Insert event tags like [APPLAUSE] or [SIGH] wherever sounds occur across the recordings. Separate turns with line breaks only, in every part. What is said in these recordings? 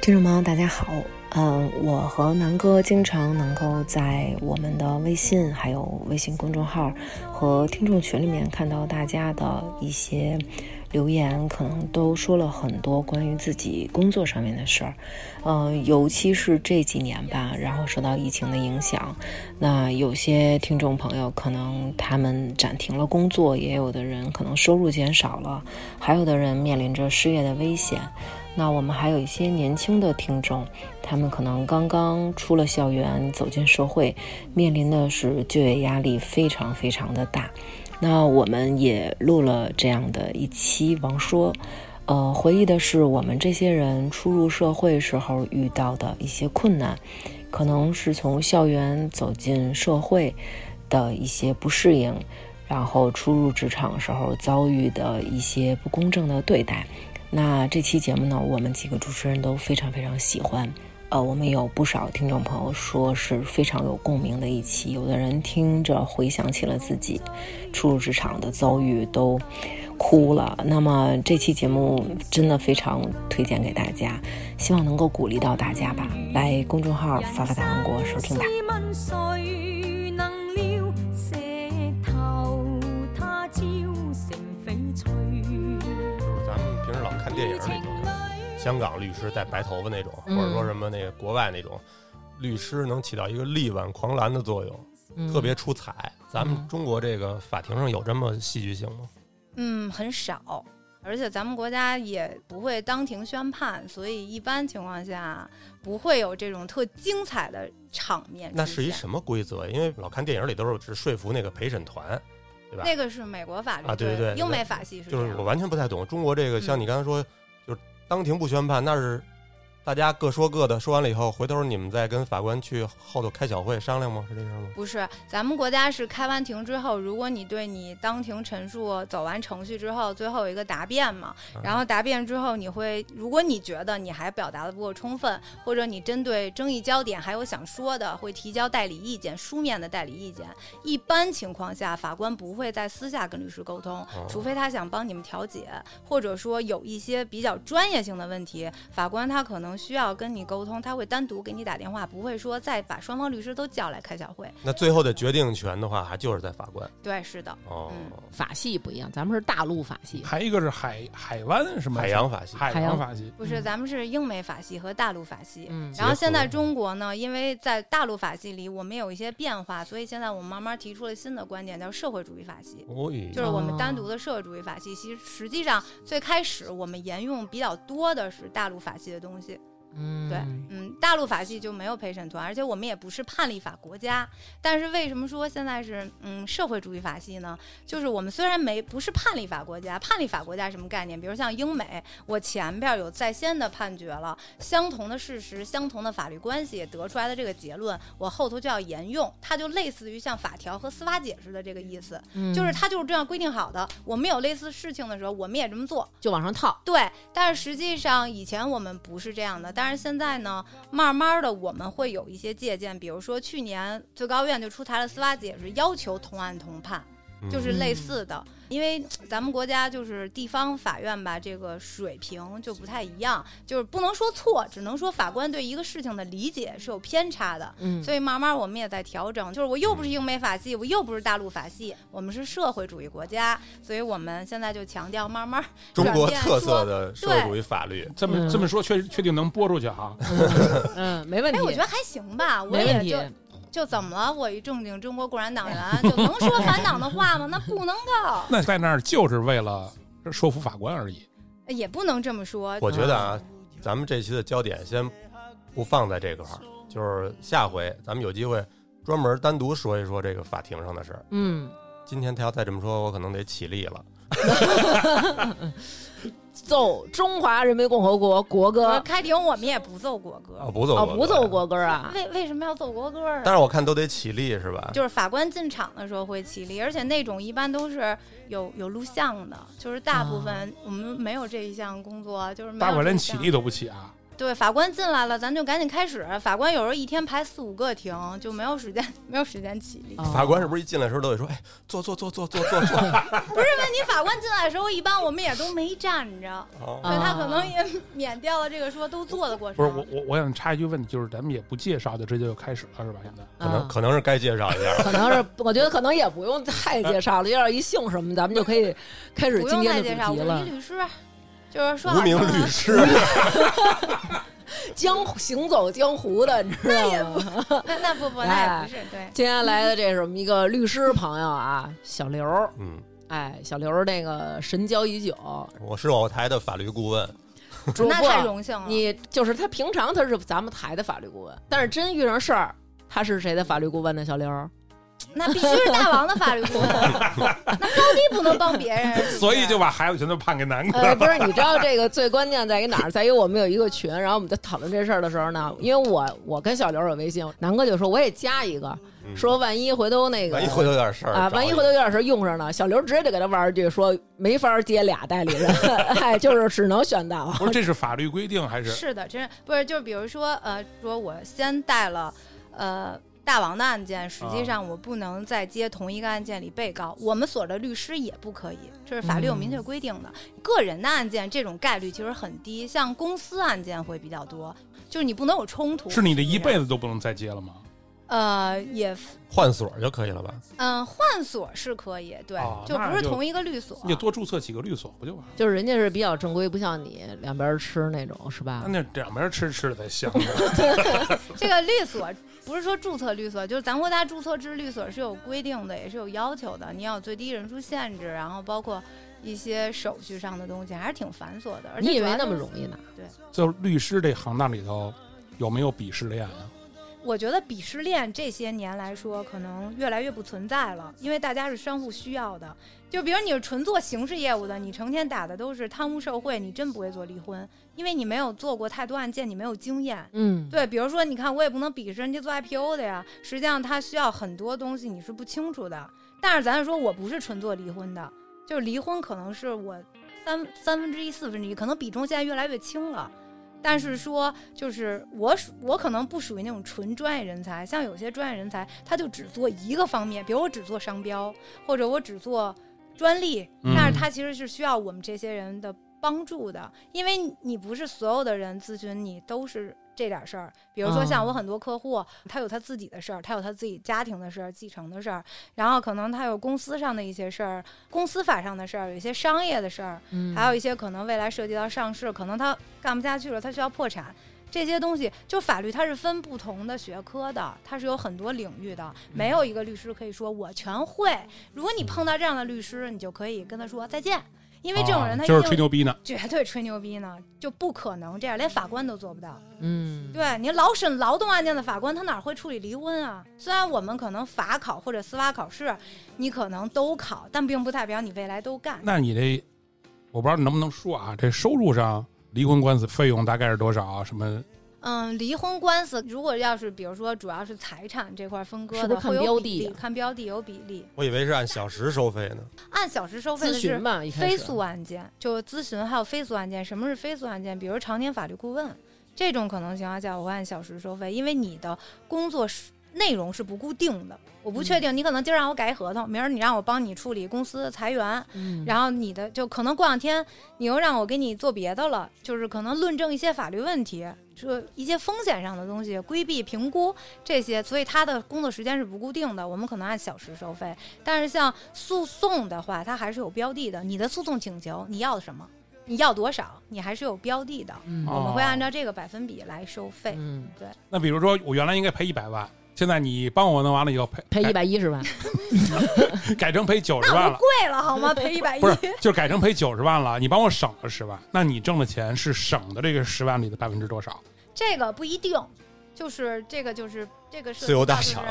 听众朋友，大家好。嗯，我和南哥经常能够在我们的微信、还有微信公众号和听众群里面看到大家的一些留言，可能都说了很多关于自己工作上面的事儿。嗯，尤其是这几年吧，然后受到疫情的影响，那有些听众朋友可能他们暂停了工作，也有的人可能收入减少了，还有的人面临着失业的危险。那我们还有一些年轻的听众，他们可能刚刚出了校园，走进社会，面临的是就业压力非常非常的大。那我们也录了这样的一期《王说》，呃，回忆的是我们这些人初入社会时候遇到的一些困难，可能是从校园走进社会的一些不适应，然后初入职场时候遭遇的一些不公正的对待。那这期节目呢，我们几个主持人都非常非常喜欢。呃，我们有不少听众朋友说是非常有共鸣的一期，有的人听着回想起了自己初入职场的遭遇，都哭了。那么这期节目真的非常推荐给大家，希望能够鼓励到大家吧。来公众号“发发大王国”收听吧。
咱们平时老看电影里头，香港律师戴白头发那种，或
嗯
者说什么那个国外那种，律师能起到一个力挽狂澜的作用，
嗯
特别出彩。咱们中国这个法庭上有这么戏剧性吗？
嗯，很少，而且咱们国家也不会当庭宣判，所以一般情况下不会有这种特精彩的场面出现。
那是一什么规则？因为老看电影里都是只说服那个陪审团，对吧？
那个是美国法律，
啊对对对
英美法系是这
就
样
是我完全不太懂中国这个，像
嗯
你刚才说，就是当庭不宣判，那是大家各说各的，说完了以后，回头你们再跟法官去后头开小会商量吗？是这样吗？
不是，咱们国家是开完庭之后，如果你对你当庭陈述走完程序之后，最后有一个答辩嘛，然后答辩之后你会，如果你觉得你还表达的不够充分，或者你针对争议焦点还有想说的，会提交代理意见，书面的代理意见。一般情况下，法官不会在私下跟律师沟通，除非他想帮你们调解，或者说有一些比较专业性的问题，法官他可能需要跟你沟通，他会单独给你打电话，不会说再把双方律师都叫来开小会。
那最后的决定权的话，还就是在法官
对，是的，
哦，
法系不一样，咱们是大陆法系，
还一个是海海湾
嗯
什么
海洋法系。
海洋法系，
不是，
嗯
咱们是英美法系和大陆法系。
嗯
然后现
结
在
合
中国呢，因为在大陆法系里我们有一些变化，所以现在我们慢慢提出了新的观点，叫社会主义法系。
哦咦
就是我们
哦
单独的社会主义法系，其实实际上最开始我们沿用比较多的是大陆法系的东西。
嗯
对，嗯，大陆法系就没有陪审团，而且我们也不是判例法国家。但是为什么说现在是嗯社会主义法系呢？就是我们虽然没不是判例法国家，判例法国家什么概念？比如像英美，我前边有在先的判决了，相同的事实、相同的法律关系得出来的这个结论，我后头就要沿用，它就类似于像法条和司法解释的这个意思，
嗯
就是它就是这样规定好的。我们有类似事情的时候，我们也这么做。
就往上套，
对，但是实际上以前我们不是这样的，但是现在呢，慢慢的我们会有一些借鉴，比如说去年最高院就出台了司法解释，要求同案同判，
嗯
就是类似的，因为咱们国家就是地方法院吧，这个水平就不太一样，就是不能说错，只能说法官对一个事情的理解是有偏差的，
嗯
所以慢慢我们也在调整，就是我又不是英美法系，我又不是大陆法系，我们是社会主义国家，所以我们现在就强调慢慢
中国
转变
特色
说
的社会主义法律，
这么
嗯
这么说确确定能播出去哈？
嗯，没问题，
哎，我觉得还行吧，我
没
也
问题
就，就怎么了？我一正经中国共产党员，就能说反党的话吗？那不能啊够，
那在那儿就是为了说服法官而已。
也不能这么说。
我觉得啊，
嗯
咱们这期的焦点先不放在这块儿，就是下回咱们有机会专门单独说一说这个法庭上的事儿。
嗯，
今天他要再这么说，我可能得起立了。
奏中华人民共和国国歌
呃开庭我们也不奏国
啊，
歌，
不走
哦，
国歌
不奏国歌啊，
为为什么要奏国歌啊？
但是我看都得起立是吧？
就是法官进场的时候会起立，而且那种一般都是有有录
哦
像的，就是大部分我们没有这一项工作，就是没
大
有
伙
这
连
一
起
项
立都不起啊！
对，法官进来了，咱就赶紧开始。法官有时候一天排四五个庭，就没有时间，没有时间起立。
哦
法官是不是一进来的时候都得说：“哎，坐坐坐坐坐坐
[LAUGHS]
坐。
不是问题，法官进来的时候，一般我们也都没站着，
哦
所以他可能
啊
也免掉了这个说都坐的过程。
不是我我我想插一句问题，就是咱们也不介绍，就直接就开始了是吧？现在”
嗯
可能
啊
可能是该介绍一下了。
可能是，我觉得可能也不用太介绍了，要是一姓什么，咱们就可 [LAUGHS] 以开始
不
今
用
天
再介绍，
的主题
无名
了。
律师，就是说
无
好
名
听
律
的
师，
江湖行走江湖的，你知道吗？
[LAUGHS] 那那不不，那也不是
哎
对。
接下来的这是我们一个律师朋友啊，小刘儿，
嗯，
哎，小刘儿那个神交已久，
[LAUGHS] 我是我台的法律顾问，
主
那
播
太荣幸了，
你就是他平常他是咱们台的法律顾问，但是真遇上事儿，他是谁的法律顾问呢？小刘儿，
那必须是大王的法律顾问， [LAUGHS] 那高低不能帮别人。是不是
所以就把孩子全都判给南哥
呃，
了。
不是，你知道这个最关键在于 [LAUGHS] 哪儿？在于我们有一个群，然后我们在讨论这事儿的时候呢，因为我我跟小刘有微信，南哥就说我也加一个，
嗯
说万一回头那个
万一回头有点事儿
啊，
找
万一
你
回头有点事儿用上呢，小刘直接就给他玩一句说没法接俩代理人，
[LAUGHS]
哎，就是只能选到。
不是，这是法律规定还是？
呃是的，真是不是就比如说呃，说我先带了呃大王的案件，实际
啊
上我不能再接同一个案件里被告，我们所的律师也不可以，这是法律有明确规定的。
嗯
个人的案件这种概率其实很低，像公司案件会比较多，就是你不能有冲突。
是你的一辈子都不能再接了吗？
呃也
换所就可以了吧？
嗯、换所是可以，对，
哦
就
那
不是
就
同一个律所。
你就多注册几个律所不就完了？
就是人家是比较正规，不像你两边吃那种，是吧
啊
那？那两边吃吃的才香呢。
这个律所不是说注册律所，就是咱国家注册制律所是有规定的，也是有要求的。你要有最低人数限制，然后包括一些手续上的东西，还是挺繁琐的。而且
你以为
主要
那么
就是
容易呢？
[LAUGHS] 就律师这行当里头，有没有鄙视链啊？
我觉得鄙视链这些年来说，可能越来越不存在了，因为大家是相互需要的。就比如你是纯做刑事业务的，你成天打的都是贪污受贿，你真不会做离婚，因为你没有做过太多案件，你没有经验。
嗯，
对，比如说，你看，我也不能鄙视人家做 IPO 的呀。实际上，他需要很多东西你是不清楚的。但是咱说，我不是纯做离婚的，就是离婚可能是我三三分之一、四分之一，可能比重现在越来越轻了。但是说，就是我属我可能不属于那种纯专业人才，像有些专业人才，他就只做一个方面，比如我只做商标，或者我只做专利，
嗯
但是他其实是需要我们这些人的帮助的，因为你不是所有的人咨询你都是这点事儿。比如说像
嗯
我很多客户，他有他自己的事儿，他有他自己家庭的事儿、继承的事儿，然后可能他有公司上的一些事儿、公司法上的事儿，有一些商业的事儿，
嗯
还有一些可能未来涉及到上市，可能他干不下去了，他需要破产。这些东西，就法律它是分不同的学科的，它是有很多领域的，没有一个律师可以说我全会。如果你碰到这样的律师，你就可以跟他说再见，因为这种人他
啊
一
就是
定
吹牛逼呢。
绝对吹牛逼呢，就不可能这样，连法官都做不到。
嗯，
对你老审劳动案件的法官，他哪会处理离婚啊？虽然我们可能法考或者司法考试，你可能都考，但并不代表你未来都干。
那你这，我不知道能不能说啊？这收入上，离婚官司费用大概是多少啊？什么？
嗯，离婚官司如果要是比如说主要是财产这块分割
是
的，
不是看
会有
标
比
的
例
啊
看标的有比例，
我以为是按小时收费呢。
按小时收费
咨
的
询
是
吧，一开
非
始
诉案件，就咨询还有非诉案件。什么是非诉案件？比如常年法律顾问这种可能情况下，我会按小时收费，因为你的工作是内容是不固定的，我不
嗯
确定。你可能今儿让我改合同，明儿你让我帮你处理公司裁员，
嗯
然后你的就可能过两天你又让我给你做别的了，就是可能论证一些法律问题，这一些风险上的东西，规避评估这些，所以他的工作时间是不固定的，我们可能按小时收费。但是像诉讼的话，它还是有标的的，你的诉讼请求你要什么，你要多少，你还是有标的的，
嗯
哦
我们会按照这个百分比来收费。
嗯，
那比如说，我原来应该赔一百万，现在你帮我弄完了以后赔
赔一百一十万，
改 [LAUGHS] 改成赔九十
那
万
我 [LAUGHS]
了，
贵了
[LAUGHS]
好吗？赔一百一
不。是，就是改成赔九十万了。你帮我省了十万，那你挣的钱是省的这个十万里的百分之多少？
这个不一定，就是这个就是这个是
自由打赏，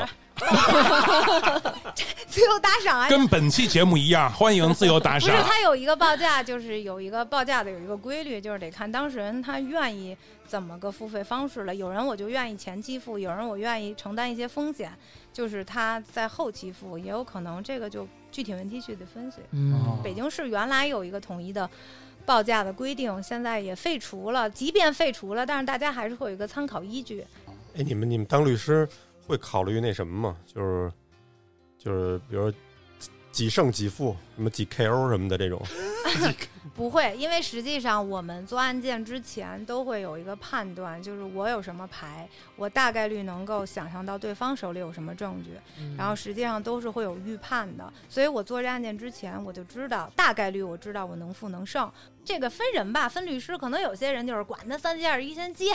自由打赏还是
跟本期节目一样，欢迎自由打
哎 [LAUGHS] 不
赏
是，。它有一个报价，就是有一个报价的有一个规律，就是得看当事人他愿意怎么个付费方式了。有人我就愿意前期付，有人我愿意承担一些风险，就是他在后期付，也有可能这个就具体问题具体分析。
嗯
哦
北京市原来有一个统一的报价的规定现在也废除了，即便废除了，但是大家还是会有一个参考依据。
哎，你们你们当律师会考虑那什么吗？就是就是，比如几胜几负，什么几 KO 什么的这种。
不会，因为实际上我们做案件之前都会有一个判断，就是我有什么牌，我大概率能够想象到对方手里有什么证据，然后实际上都是会有预判的。所以我做这案件之前，我就知道大概率，我知道我能负能胜。这个分人吧，分律师，可能有些人就是管他三七二十一先接，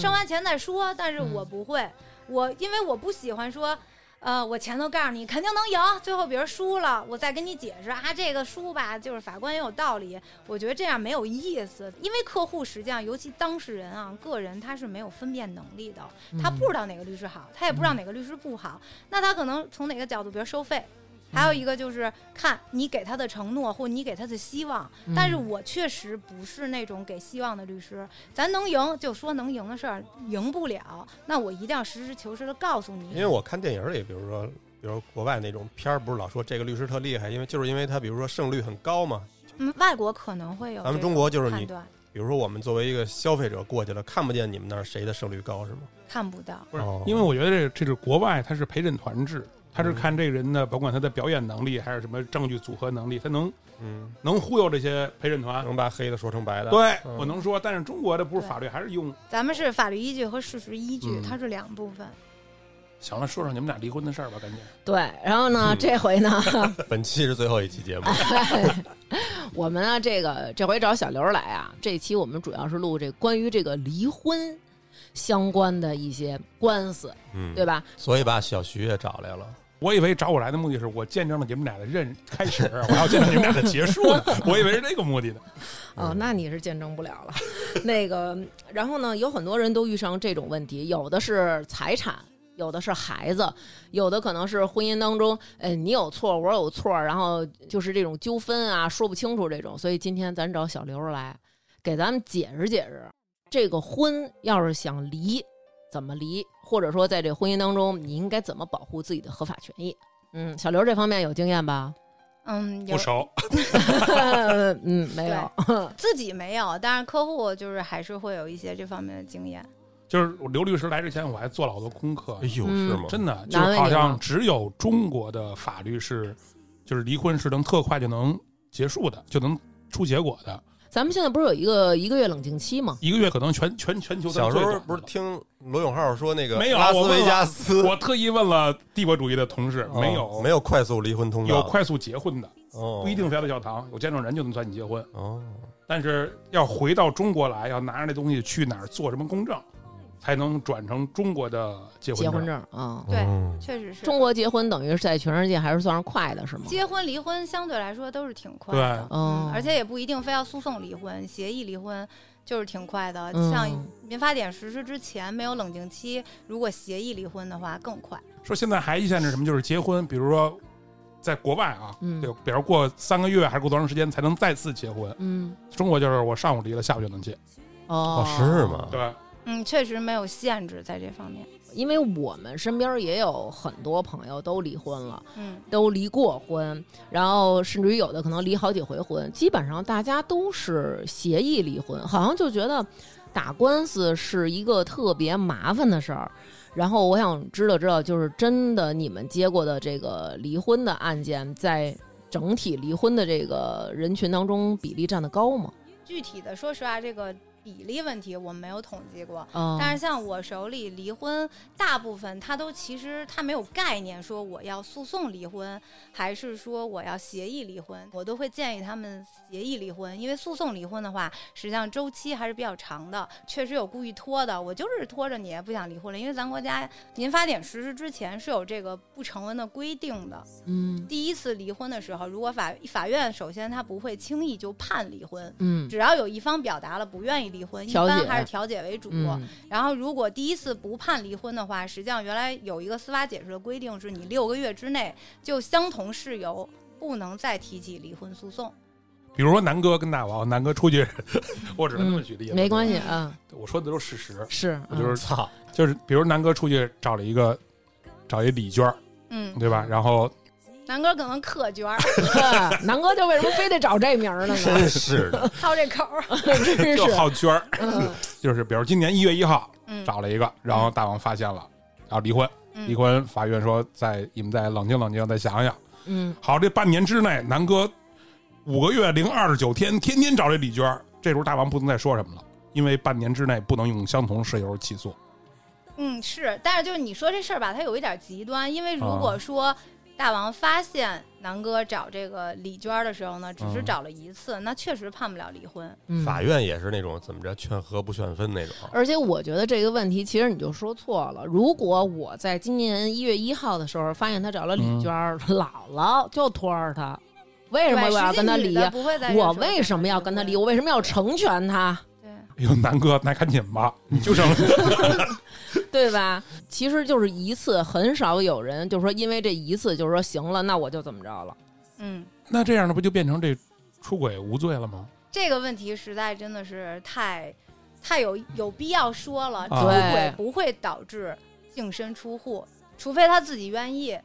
生完钱再说。但是我不会，我因为我不喜欢说。呃，我前头告诉你肯定能赢，最后比如输了，我再跟你解释啊，这个输吧，就是法官也有道理。我觉得这样没有意思，因为客户实际上，尤其当事人啊，个人他是没有分辨能力的，他不知道哪个律师好，他也不知道哪个律师不好，那他可能从哪个角度，比如收费。还有一个就是看你给他的承诺或你给他的希望，但是我确实不是那种给希望的律师，咱能赢就说能赢的事儿，赢不了，那我一定要实事求是的告诉你，
因为我看电影里，比如说，比如国外那种片儿，不是老说这个律师特厉害，因为就是因为他，比如说胜率很高嘛。
嗯，外国可能会有
咱们
这
中
种
国就是
判
你，
断
比如说我们作为一个消费者过去了，看不见你们那儿谁的胜率高是吗？
看不到。
不是
哦，
因为我觉得这这是国外，它是陪审团制，它是
嗯
看这个人的，甭管他的表演能力还是什么证据组合能力，他能
嗯，
能忽悠这些陪审团。
能把黑的说成白的。
对，
嗯
我能说，但是中国的不是
对
法律，还是用。
咱们是法律依据和事实依据，
嗯
它是两部分。
行了，说说你们俩离婚的事儿吧，赶紧。
对，然后呢，这回呢， [LAUGHS] 哎
本期是最后一期节目，
啊
我们啊，这个这回找小刘来啊，这期我们主要是录这关于这个离婚相关的一些官司，
嗯，
对？吧？
所以把小徐也找来了，
我以为找我来的目的是我见证了你们俩的认开 [LAUGHS] 始，我还要见证你们俩的结束 [LAUGHS] 呢，我以为是这个目的呢。
哦，那你是见证不了了。 [LAUGHS] 那个，然后呢，有很多人都遇上这种问题，有的是财产。有的是孩子，有的可能是婚姻当中，呃，你有错，我有错，然后就是这种纠纷啊，说不清楚这种。所以今天咱找小刘来，给咱们解释解释，这个婚要是想离，怎么离，或者说在这婚姻当中，你应该怎么保护自己的合法权益？嗯，小刘这方面有经验吧？ [LAUGHS]
嗯，有
不熟，
嗯，没有。
[LAUGHS] 自己没有，但是客户就是还是会有一些这方面的经验。
就是刘律师来之前，我还做了好多功课
哎，呦，
嗯
是吗？
真的，就
难为
是
你
好
了
像只有中国的法律是，就是离婚是能特快就能结束的，就能出结果的，
咱们现在不是有一个一个月冷静期吗？
一个月可能全全全球都
小时
最
候
短
不是
的
听罗永浩说那个
没有啊
拉
我
斯
问
维
了
加斯
我特意问了帝国主义的同事，没有
[LAUGHS] 哦没有快速离婚通道，
有快速结婚的，
哦
不一定非要在教堂，有见证人就能算你结婚，
哦，
但是要回到中国来，要拿着那东西去哪儿做什么公证，才能转成中国的结婚
结婚
证。
证啊、
对
嗯
确实是，
中国结婚等于是在全世界还是算是快的，是吗？
结婚离婚相对来说都是挺快的
对，
哦
嗯，而且也不一定非要诉讼离婚，协议离婚就是挺快的。
嗯
像民法典实施之前没有冷静期，如果协议离婚的话更快。
说现在还一限制什么，就是结婚，比如说在国外啊，
嗯
对，比如过三个月还是过多长时间才能再次结婚，
嗯，
中国就是我上午离了，下午就能结，
哦
哦是？吗？
对，
嗯，确实没有限制在这方面。
因为我们身边也有很多朋友都离婚了，
嗯，
都离过婚，然后甚至于有的可能离好几回婚，基本上大家都是协议离婚，好像就觉得打官司是一个特别麻烦的事儿。然后我想知道知道，就是真的你们接过的这个离婚的案件，在整体离婚的这个人群当中比例占得高吗？
具体的说实话，这个比例问题我们没有统计过，
啊、
但是像我手里离婚，大部分他都其实他没有概念，说我要诉讼离婚，还是说我要协议离婚，我都会建议他们协议离婚，因为诉讼离婚的话，实际上周期还是比较长的，确实有故意拖的，我就是拖着你不想离婚了，因为咱国家民法典实施之前是有这个不成文的规定的，
嗯
第一次离婚的时候，如果法法院首先他不会轻易就判离婚。
嗯
只要有一方表达了不愿意离婚，一
调解
般还是调解为主。
嗯
然后，如果第一次不判离婚的话，实际上原来有一个司法解释的规定，是你六个月之内就相同事由不能再提起离婚诉讼。
比如说南哥跟大王，南哥出去， [LAUGHS] 我只能这么举例子，
没关系嗯啊，
我说的都是事实，
是，
我就是
操，
就是比如南哥出去找了一个找一李娟儿，
嗯，
对吧？然后
南哥可能
[LAUGHS]
可角儿，
对南哥就为什么非得找这名儿呢？
[LAUGHS] 真是的，
掏这口儿，
真，
就是好圈儿，
嗯
[LAUGHS] 就是比如今年一月一号
嗯
找了一个，然后大王发现了，然后离婚，
嗯
离婚，法院说再你们再冷静冷静，再想想。
嗯，
好，这半年之内，南哥五个月零二十九天，天天找这李娟儿，这时候大王不能再说什么了，因为半年之内不能用相同事由起诉。
嗯，是，但是就是你说这事儿吧，它有一点极端，因为
哦
如果说大王发现南哥找这个李娟儿的时候呢，只是
嗯
找了一次，那确实判不了离婚。
嗯
法院也是那种怎么着劝和不劝分那种，
[LAUGHS] 而且我觉得这个问题，其实你就说错了。如果我在今年一月一号的时候发现他找了李娟儿，姥姥就拖着他，为什么我要跟他离
对实际女？的不会再
我为什么要跟他离？
对
我为什么要成全他？
对，
哎呦，南哥，那赶紧
[LAUGHS]
吧，你就剩
对吧？其实就是一次，很少有人就说因为这一次就说行了，那我就怎么着了。
嗯，
那这样的不就变成这出轨无罪了吗？
这个问题实在真的是太太有有必要说了，出
啊
轨不会导致净身出户，除非他自己愿意，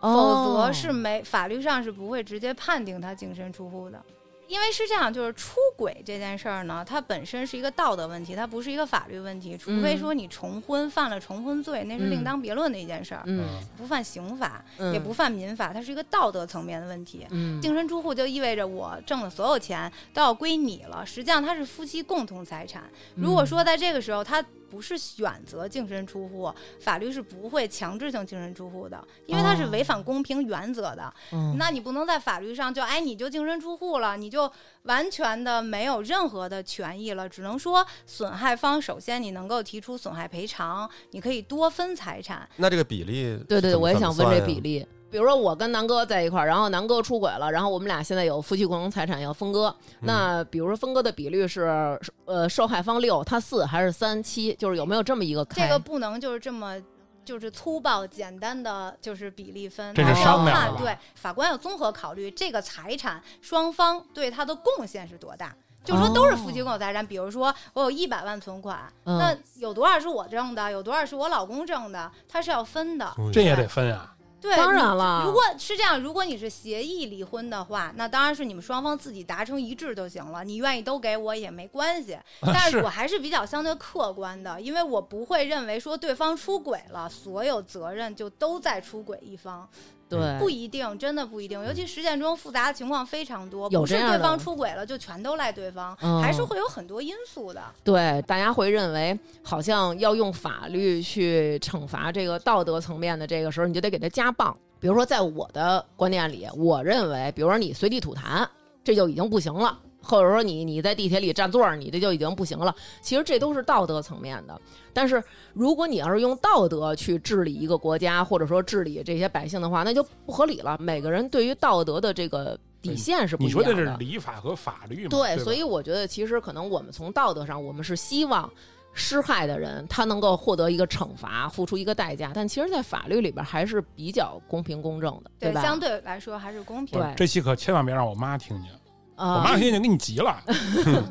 否
哦
则是没法律上是不会直接判定他净身出户的。因为是这样，就是出轨这件事儿呢，它本身是一个道德问题，它不是一个法律问题。除非
嗯
说你重婚犯了重婚罪，那是另
嗯
当别论的一件事儿，
嗯，
啊
不犯刑法，
嗯
也不犯民法，它是一个道德层面的问题。
嗯
净身出户就意味着我挣的所有钱都要归你了，实际上它是夫妻共同财产。如
嗯
果说在这个时候他不是选择净身出户，法律是不会强制性净身出户的，因为它是
哦
违反公平原则的。
嗯
那你不能在法律上就哎你就净身出户了，你就完全的没有任何的权益了，只能说损害方首先你能够提出损害赔偿，你可以多分财产，
那这个比例怎么，
对对，我也想问这比
例，
例。比如说我跟南哥在一块儿，然后南哥出轨了，然后我们俩现在有夫妻共同财产要分割。那比如说分割的比率是呃受害方六，他四还是三七？就是有没有这么一个开？
这个不能就是这么。就是粗暴简单的就是比例分，
这
还
是
是要
商量
看
的吧
对法官要综合考虑这个财产双方对它的贡献是多大。就是
哦
说都是夫妻共有财产，比如说我有一百万存款，
嗯
那有多少是我挣的，有多少是我老公挣的，它是要分的。
嗯
这也得分啊。
对，
当然了
如果是这样，如果你是协议离婚的话，那当然是你们双方自己达成一致就行了。你愿意都给我也没关
啊
系，但是
是
我还是比较相对客观的，因为我不会认为说对方出轨了，所有责任就都在出轨一方，
对，
不一定，真的不一定。尤其实践中复杂的情况非常多，
嗯有
不是
这样的
对方出轨了就全都赖对方，
嗯
还是会有很多因素的。
对，大家会认为好像要用法律去惩罚这个道德层面的这个时候，你就得给他加棒。比如说，在我的观念里，我认为，比如说你随地吐痰，这就已经不行了。或者说你你在地铁里占座儿，你这就已经不行了。其实这都是道德层面的。但是如果你要是用道德去治理一个国家，或者说治理这些百姓的话，那就不合理了。每个人对于道德的这个底线是不一
你
样
说
的。
这是礼法和法律嘛？
对，
吧
所以我觉得其实可能我们从道德上，我们是希望施害的人他能够获得一个惩罚，付出一个代价，但其实，在法律里边还是比较公平公正的，吧？
相对来说还是公平。
对
这期可千万别让我妈听见，我
啊
妈，听见给你急
[LAUGHS]
了，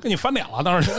跟你翻脸了。当时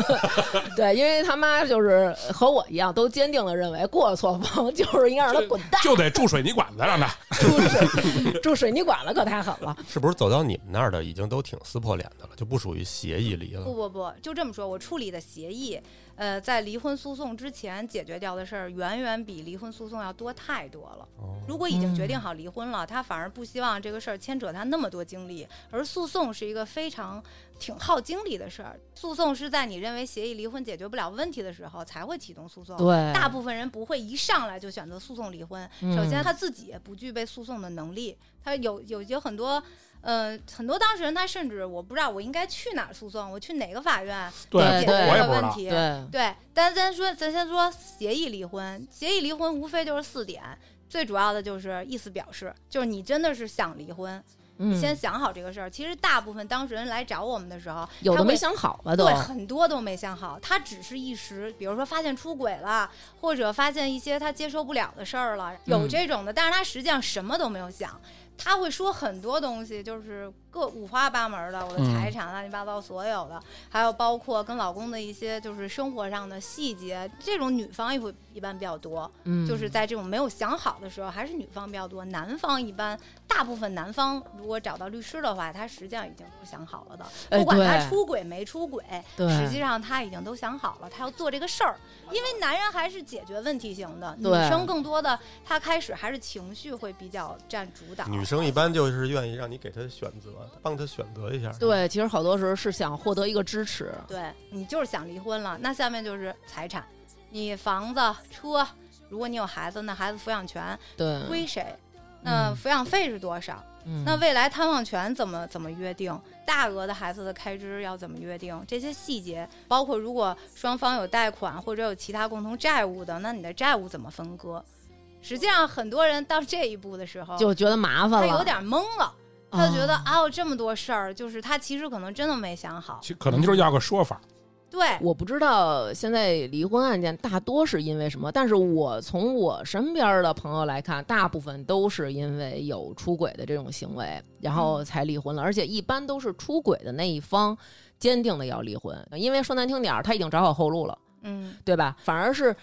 对，因为他妈就是和我一样，都坚定的认为过错方 [LAUGHS] 就是应该让他滚蛋，
就得住水泥管子让他。
住水住水泥管了可太狠了。
是不是走到你们那儿的已经都挺撕破脸的了，就不属于协议离
不
哦
了？
不不，就这么说，我处理的协议，呃，在离婚诉讼之前解决掉的事儿，远远比离婚诉讼要多太多了。
哦
如果已经决
嗯
定好离婚了，他反而不希望这个事儿牵扯他那么多精力，而诉讼是一个非常挺耗精力的事儿。诉讼是在你认为协议离婚解决不了问题的时候才会启动诉讼。
对
大部分人不会一上来就选择诉讼离婚。
嗯
首先，他自己也不具备诉讼的能力，他有有有很多。呃，很多当事人他甚至我不知道我应该去哪儿诉讼，我去哪个法院
对
[LAUGHS] 对
解决这
我也
个
不知
问
道。
题？
对，
对，但咱说，咱先说协议离婚。协议离婚无非就是四点，最主要的就是意思表示，就是你真的是想离婚，你
嗯，
先想好这个事儿。其实大部分当事人来找我们的时候，
有
他
的
会
没想好了都
对，很多都没想好，他只是一时，比如说发现出轨了，或者发现一些他接受不了的事儿了，有
嗯
这种的，但是他实际上什么都没有想。他会说很多东西，就是各五花八门的，我的
嗯
财产乱七八糟所有的，还有包括跟老公的一些就是生活上的细节，这种女方也会一般比较多，
嗯
就是在这种没有想好的时候，还是女方比较多，男方一般大大部分男方如果找到律师的话，他实际上已经都想好了的，
哎
不管
对
他出轨没出轨，
对
实际上他已经都想好了，他要做这个事儿。因为男人还是解决问题型的，女
对
生更多的他开始还是情绪会比较占主导。
女生一般就是愿意让你给她选择，帮她选择一下。，
对，其实好多时候是想获得一个支持，
对你就是想离婚了，那下面就是财产，你房子、车，如果你有孩子，那孩子抚养权
对，
归谁？那
嗯
抚养费是多少？
嗯
那未来探望权怎么怎么约定？大额的孩子的开支要怎么约定？这些细节，包括如果双方有贷款或者有其他共同债务的，那你的债务怎么分割？实际上，很多人到这一步的时候，
就觉得麻烦
他
了，
有点懵了，他就觉得
啊
啊，有这么多事儿，就是他其实可能真的没想好。
其可能就是要个说法。
对，
我不知道现在离婚案件大多是因为什么，但是我从我身边的朋友来看，大部分都是因为有出轨的这种行为，然后才离婚了，而且一般都是出轨的那一方坚定的要离婚，因为说难听点儿，他已经找好后路了。
嗯，
对吧？反而是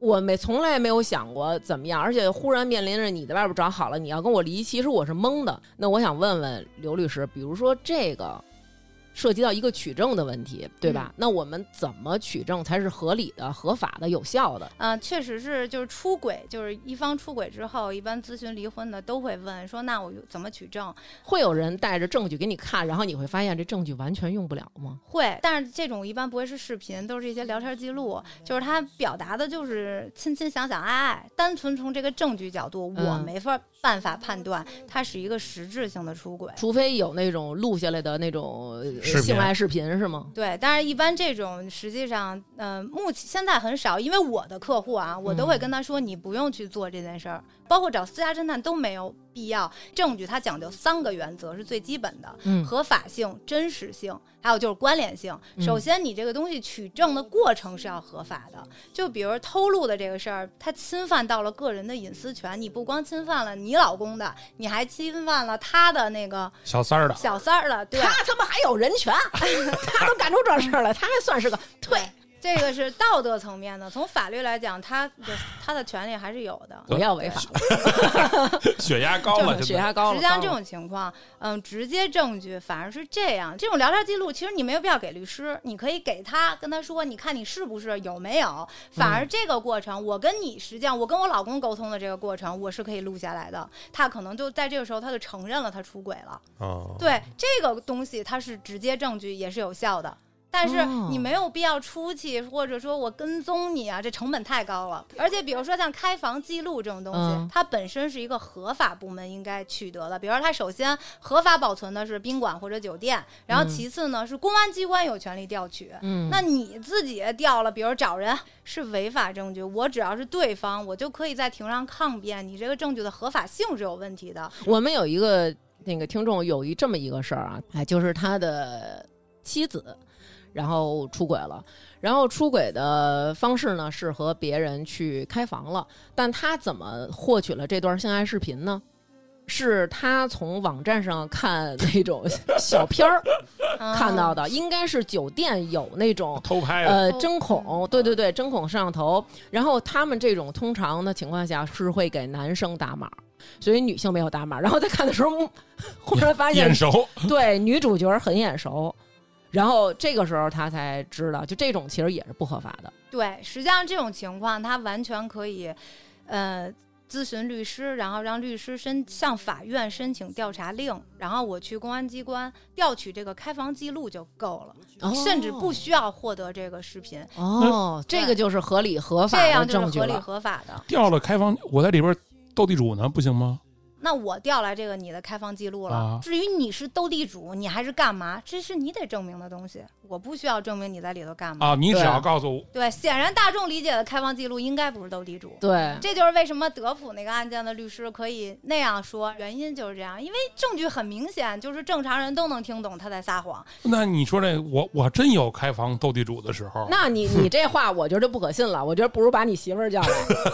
我没从来没有想过怎么样，而且忽然面临着你在外边找好了，你要跟我离，其实我是懵的。那我想问问刘律师，比如说这个涉及到一个取证的问题，对吧？那我们怎么取证才是合理的、合法的、有效的？
嗯、确实是，就是出轨，就是一方出轨之后，一般咨询离婚的都会问说，那我怎么取证？
会有人带着证据给你看，然后你会发现这证据完全用不了吗？
会，但是这种一般不会是视频，都是一些聊天记录，就是他表达的就是亲亲想想爱爱。单纯从这个证据角度，我
嗯
没法办法判断它是一个实质性的出轨。
除非有那种录下来的那种呃
视频
性爱视频，是吗？
对，但是一般这种实际上，呃，目前现在很少，因为我的客户啊，我都
嗯
会跟他说，你不用去做这件事儿，包括找私家侦探都没有必要。证据它讲究三个原则是最基本的，
嗯
合法性、真实性，还有就是关联性。
嗯
首先，你这个东西取证的过程是要合法的，就比如偷录的这个事儿，它侵犯到了个人的隐私权，你不光侵犯了你老公的，你还侵犯了他的那个
小
[LAUGHS]
三儿的，
小三儿的，对。
他他妈还有人 [LAUGHS] 权，他都干出这事儿来，他还算是个退
这个是道德层面的，从法律来讲，他的他的权利还是有的。
不要违法了，
血压高了，
血
真的
压高了。
实际上这
高了
种情况，嗯，直接证据反而是这样。这种聊天记录，其实你没有必要给律师，你可以给他跟他说，你看你是不是有没有。反
嗯
而这个过程，我跟你实际上我跟我老公沟通的这个过程，我是可以录下来的。他可能就在这个时候，他就承认了他出轨了。
哦，
对这个东西，它是直接证据，也是有效的。但是
哦
你没有必要出去，或者说我跟踪你啊，这成本太高了。而且比如说像开房记录这种东西，
嗯
它本身是一个合法部门应该取得的。比如说，它首先合法保存的是宾馆或者酒店，然后
嗯
其次呢是公安机关有权利调取。
嗯，
那你自己调了，比如找人是违法证据，我只要是对方，我就可以在庭上抗辩，你这个证据的合法性是有问题的。
我们有一个那个听众有一这么一个事儿啊，哎，就是他的妻子，然后出轨了，然后出轨的方式呢是和别人去开房了，但他怎么获取了这段性爱视频呢？是他从网站上看那种小片儿
嗯
看到的，应该是酒店有那种
偷拍的，
呃，
哦
针孔
嗯，
对对对，针孔摄像头。然后他们这种通常的情况下是会给男生打码，所以女性没有打码。然后在看的时候， [LAUGHS] 嗯忽然发现
眼熟，
对女主角很眼熟，然后这个时候他才知道，就这种其实也是不合法的。
对，实际上这种情况，他完全可以，呃，咨询律师，然后让律师申向法院申请调查令，然后我去公安机关调取这个开房记录就够了，甚至不需要获得这个视频，
哦，这个就是合理合法
这样
的
就是
证据
合理
了。
合法的。
掉了开房，我在里边斗地主呢，不行吗？
那我调来这个你的开房记录了，
啊
至于你是斗地主，你还是干嘛，这是你得证明的东西，我不需要证明你在里头干嘛。
啊，你只
对
要告诉我，
对，显然大众理解的开房记录应该不是斗地主。
对，
这就是为什么德普那个案件的律师可以那样说，原因就是这样，因为证据很明显，就是正常人都能听懂他在撒谎。
那你说这我我真有开房斗地主的时候，
那 [LAUGHS] 你你这话我觉得就不可信了。我觉得不如把你媳妇儿叫来，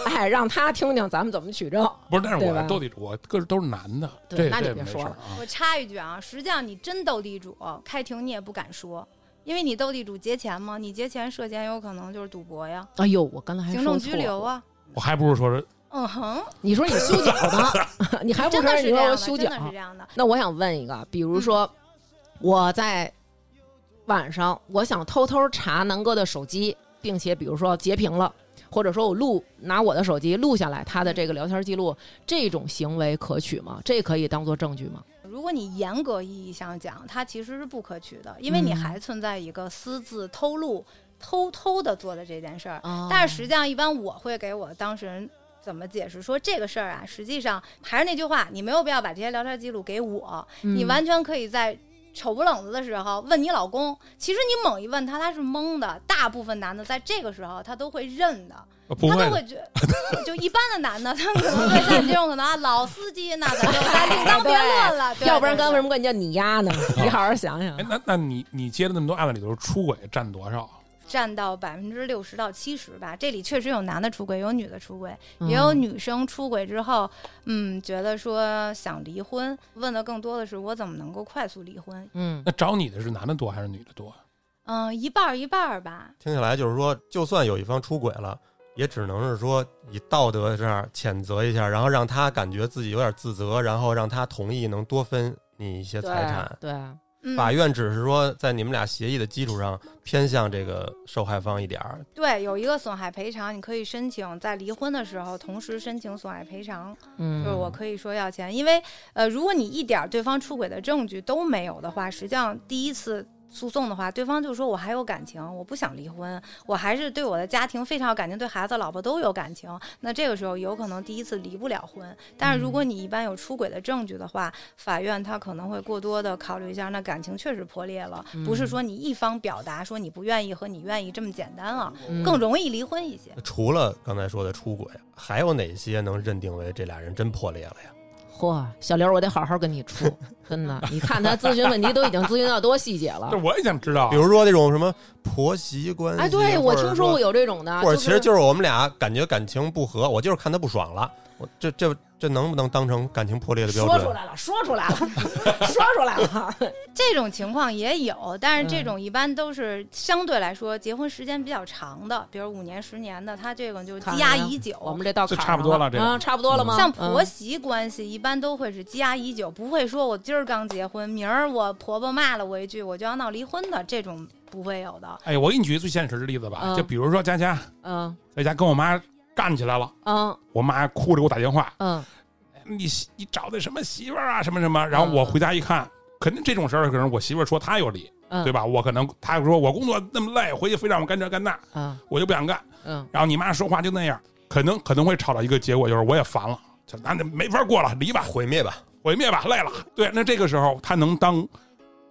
哎，让她听听咱们怎么取证。
不是？但是
对
我
吧
斗地主，我个都是男的，
对
这
那你
这
别
没事
说
儿
了
啊。
我插一句啊，实际上你真斗地主，开庭你也不敢说，因为你斗地主劫钱嘛，你劫钱涉嫌有可能就是赌博呀，
哎呦，我刚才还
行
说
政
错
拘留
了
啊。
我还不如说是
嗯哼，
你说你修脚
[LAUGHS]
呢，你还不
真
承
的
认
是这
你说
样
我
的，
修
真
脚
啊
的？是这样的。
那我想问一个，比
嗯
如说、我在晚上，我想偷偷查南哥的手机，并且比如说截屏了，或者说我录拿我的手机录下来他的这个聊天记录，这种行为可取吗？这可以当做证据吗？
如果你严格意义上讲，它其实是不可取的，因为你
嗯
还存在一个私自偷录、偷偷的做的这件事儿。
啊
但是实际上，一般我会给我当事人怎么解释说这个事儿啊，实际上还是那句话，你没有必要把这些聊天记录给我，你
嗯
完全可以在。丑不冷子的时候问你老公，其实你猛一问他，他是懵的。大部分男的在这个时候他都会认的，
呃不
他
会
都会觉就一般的男的，他们可能会像你这种可能啊老司机，那咱就咱另当别论
[LAUGHS]
了。对
要不然刚才为什
么？
么管你叫你丫呢？你
哦
好好想想
哎，。那那你你接的那么多案子里头，出轨占多少？
占到百分之六十到七十吧，这里确实有男的出轨，有女的出轨，也有女生出轨之后，嗯，觉得说想离婚。问的更多的是我怎么能够快速离婚？
嗯，
那找你的是男的多还是女的多？啊
嗯、一半儿一半儿吧。
听下来就是说，就算有一方出轨了，也只能是说以道德这样谴责一下，然后让他感觉自己有点自责，然后让他同意能多分你一些财产。
对，
嗯，
法院只是说在你们俩协议的基础上偏向这个受害方一点儿，
对，有一个损害赔偿，你可以申请在离婚的时候同时申请损害赔偿，
嗯，
就是我可以说要钱，因为呃，如果你一点儿对方出轨的证据都没有的话，实际上第一次诉讼的话，对方就说我还有感情，我不想离婚，我还是对我的家庭非常有感情，对孩子、老婆都有感情。那这个时候有可能第一次离不了婚，但是如果你一般有出轨的证据的话，法院他可能会过多的考虑一下，那感情确实破裂了，不是说你一方表达说你不愿意和你愿意这么简单啊了，
嗯
更容易离婚一些。
除了刚才说的出轨，还有哪些能认定为这俩人真破裂了呀？
嚯，小刘，我得好好跟
[LAUGHS]
你处，真的。你看他咨询问题都已经咨询到多细节
啊
了
这。我也想知道啊
比。如说那种什么婆媳关系，
哦
啊
哎，对我听说
过
过。有这种
啊
的，
或者
就
其实就是我们俩感觉感情不和，我就是看他不爽了，我这这这能不能当成感情破裂的标
说
准？
出来了，说出来了， [LAUGHS] 说出来了。
这种情况也有，但是这
嗯
种一般都是相对来说结婚时间比较长的，比如五年、十年的，他这个就积压已久。
我们这到
这
坎儿
差不多
了，
了这个
啊，差不多了吗？
像婆
嗯
媳关系一般都会是积压已久，不会说我今儿刚结婚，明儿我婆婆骂了我一句，我就要闹离婚的，这种不会有的。
哎，我给你举个最现实的例子吧，
嗯
就比如说佳佳
嗯
在家跟我妈干起来了，
嗯
我妈哭着给我打电话，
嗯
你你找的什么媳妇儿啊，什么什么。
嗯
然后我回家一看，肯定这种事儿可能我媳妇儿说她有理，
嗯，
对吧？我可能她说我工作那么累，回去非让我干这干那，
嗯
我就不想干。
嗯
然后你妈说话就那样，可能可能会吵到一个结果，就是我也烦了，就那那没法过了，离吧，
毁灭吧，
毁灭吧，累了。对，那这个时候她能当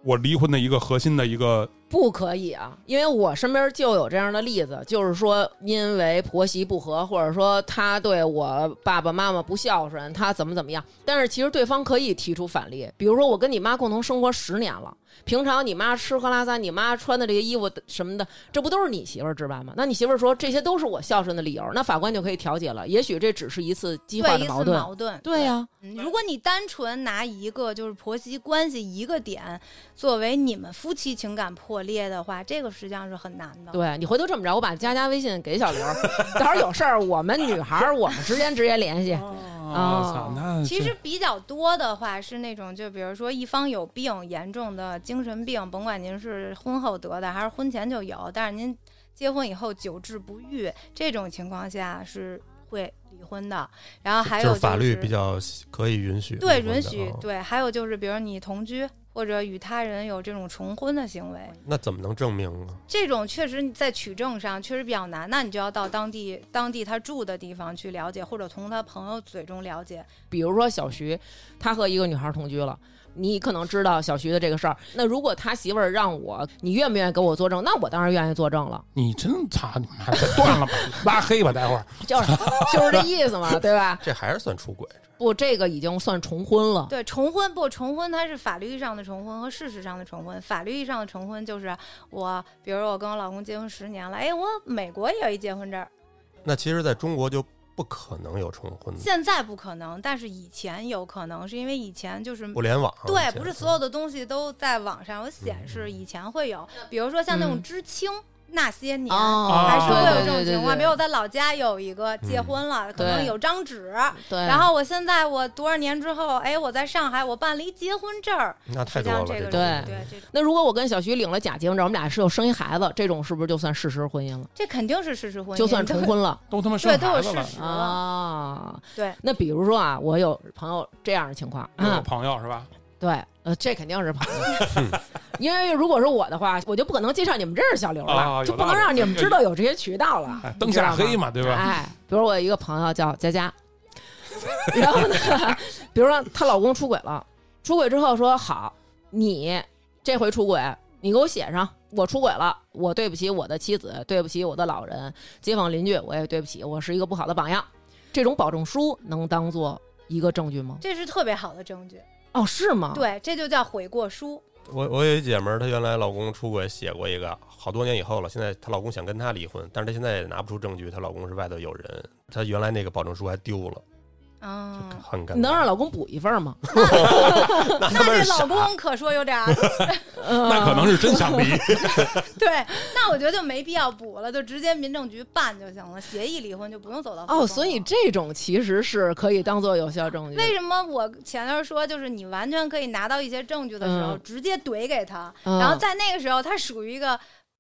我离婚的一个核心的一个
不可以啊，因为我身边就有这样的例子，就是说因为婆媳不和，或者说他对我爸爸妈妈不孝顺，他怎么怎么样。但是其实对方可以提出反例，比如说我跟你妈共同生活十年了，平常你妈吃喝拉撒，你妈穿的这些衣服什么的，这不都是你媳妇儿置办吗？那你媳妇儿说这些都是我孝顺的理由，那法官就可以调解了。也许这只是一次激化
对
的
一
矛
次
盾。
矛盾，
对啊呀、
嗯如果你单纯拿一个就是婆媳关系一个点作为你们夫妻情感破裂的话，这个实际上是很难的。
对你回头这么着，我把佳佳微信给小刘，到时候有事儿我们女孩儿我们之间直接联系。
啊，操
嗯
那
哦其
这
实比较多的话是那种，就比如说一方有病，严重的精神病，甭管您是婚后得的还是婚前就有，但是您结婚以后久治不愈，这种情况下是会离婚的。然后还有、、
就是法律比较可以允许，
对
离婚的
允许
啊，
对，还有就是比如你同居或者与他人有这种重婚的行为，
那怎么能证明啊呢？
这种确实在取证上确实比较难，那你就要到当地当地他住的地方去了解，或者从他朋友嘴中了解。
比如说小徐，他和一个女孩同居了，你可能知道小徐的这个事儿。那如果他媳妇儿让我，你愿不愿意给我作证？那我当然愿意作证了，
你真操你妈，断了吧，拉黑吧，待会儿。
就是就是这意思嘛，对吧？
这还是算出轨，
不，这个已经算重婚了。
对，重婚不重婚，它是法律意义上的重婚和事实上的重婚。法律意义上的重婚就是我，比如我跟我老公结婚十年了，哎，我美国也有一结婚证儿，
那其实在中国就不可能有重婚的，
现在不可能，但是以前有可能，是因为以前就是
互联网啊
对，
现在
不是所有的东西都在网上有显示，以前会有，比如说像那种
嗯
知青。那些年。
哦，
还是会有这
对
种
对对
情况，
对
比如我在老家有一个结婚了，可能
对
有张纸，
对，
然后我现在我多少年之后，哎，我在上海我办了一结婚证儿，
那太
实际
多
上
了，
这个
种
是
对
对这种
那如果我跟小徐领了假结婚证，我们俩是有生一孩子，这种是不是就算事实婚姻了？
这肯定是事实婚姻，
就算重婚了
都他妈生
对
孩
都有
子
事
了。
实了，
啊？
对。
那比如说啊，我有朋友这样的情况，
有
嗯，
朋友是吧？
对，呃，这肯定是朋友， [LAUGHS] 因为如果是我的话，我就不可能介绍你们认识小刘了，
啊有
就不
道
能
理
让你们知道有这些渠道了，
哎，
你
灯
知道
下
吗
黑嘛，对吧？
哎，比如我有一个朋友叫佳佳，然后呢， [LAUGHS] 比如说她老公出轨了，出轨之后说好，你这回出轨，你给我写上，我出轨了，我对不起我的妻子，对不起我的老人、街坊邻居，我也对不起，我是一个不好的榜样。这种保证书能当做一个证据吗？
这是特别好的证据，
哦，是
啊
吗？，
对，这就叫悔过书。
我我有一姐们儿，她原来老公出轨写过一个，好多年以后了。现在她老公想跟她离婚，但是她现在也拿不出证据，她老公是外头有人，她原来那个保证书还丢了，
嗯，
很尴尬。
能让老公补一份吗？
那
那
他妈
这
是
老
傻，
公可说有点儿，
[LAUGHS]
[LAUGHS] 嗯
那可能是真想离，
对，那我觉得就没必要补了，就直接民政局办就行了，协议离婚就不用走到
哦，
诉讼
所以
了
这种其实是可以当做有效证据的。
为什么我前面说，就是你完全可以拿到一些证据的时候，
嗯
直接怼给他，
嗯
然后在那个时候，他属于一个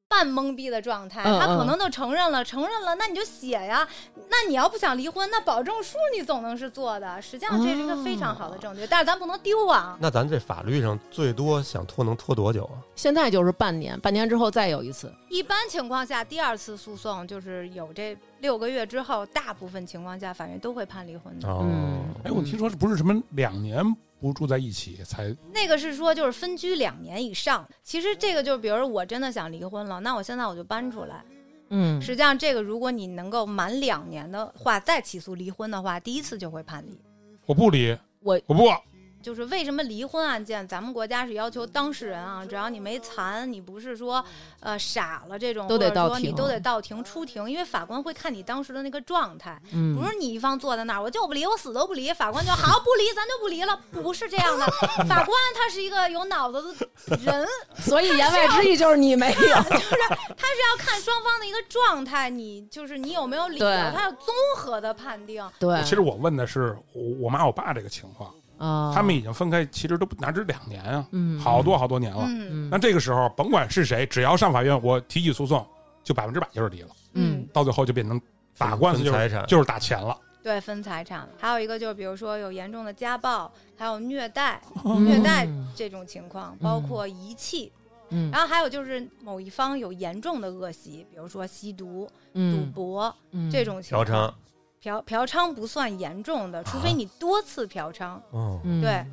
半懵逼的状态，
嗯
他可
嗯
能就承认了，承认了，那你就写呀。那你要不想离婚，那保证书你总能是做的。实际上，这是一个非常好
嗯
的证据，但是咱不能丢啊。
那咱这法律上最多想拖能拖多久啊？
现在就是半年，半年之后再有一次。
一般情况下，第二次诉讼就是有这六个月之后，大部分情况下法院都会判离婚的。
哦，
嗯，
哎，我听说是不是什么两年不住在一起才
那个是说就是分居两年以上。其实这个就是，比如说我真的想离婚了，那我现在我就搬出来。
嗯，
实际上，这个如果你能够满两年的话，再起诉离婚的话，第一次就会判离。
我不离，
我
我不
就是为什么离婚案件，咱们国家是要求当事人啊，只要你没残，你不是说呃傻了这种，
都得
或者
到
说
庭
你都得到庭出庭，因为法官会看你当时的那个状态，
嗯
不是你一方坐在那儿我就不离，我死都不离，法官就好不离，咱就不离了，不是这样的，法官他是一个有脑子的人，
所以言外之意就是你没有。
他是要看双方的一个状态，你就是你有没有理由，
对
他要综合的判定。
对
其实我问的是我我妈我爸这个情况，
哦
哦
啊
他们已经分开，其实都不哪止两年啊，
嗯
好多好多年了。
嗯
那这个时候，甭管是谁，只要上法院，我提起诉讼，就百分之百就是离了，
嗯
到最后就变成打官司就
分
是
财产
就是打钱了。
对，分财产了。还有一个就是，比如说有严重的家暴，还有虐待、虐待这种情况，包括遗弃。
嗯
然后还有就是某一方有严重的恶习，比如说吸毒、赌博、
嗯
这种情
嫖
况。
娼，
嫖嫖娼不算严重的，
啊
除非你多次嫖娼啊、
哦，
嗯
对，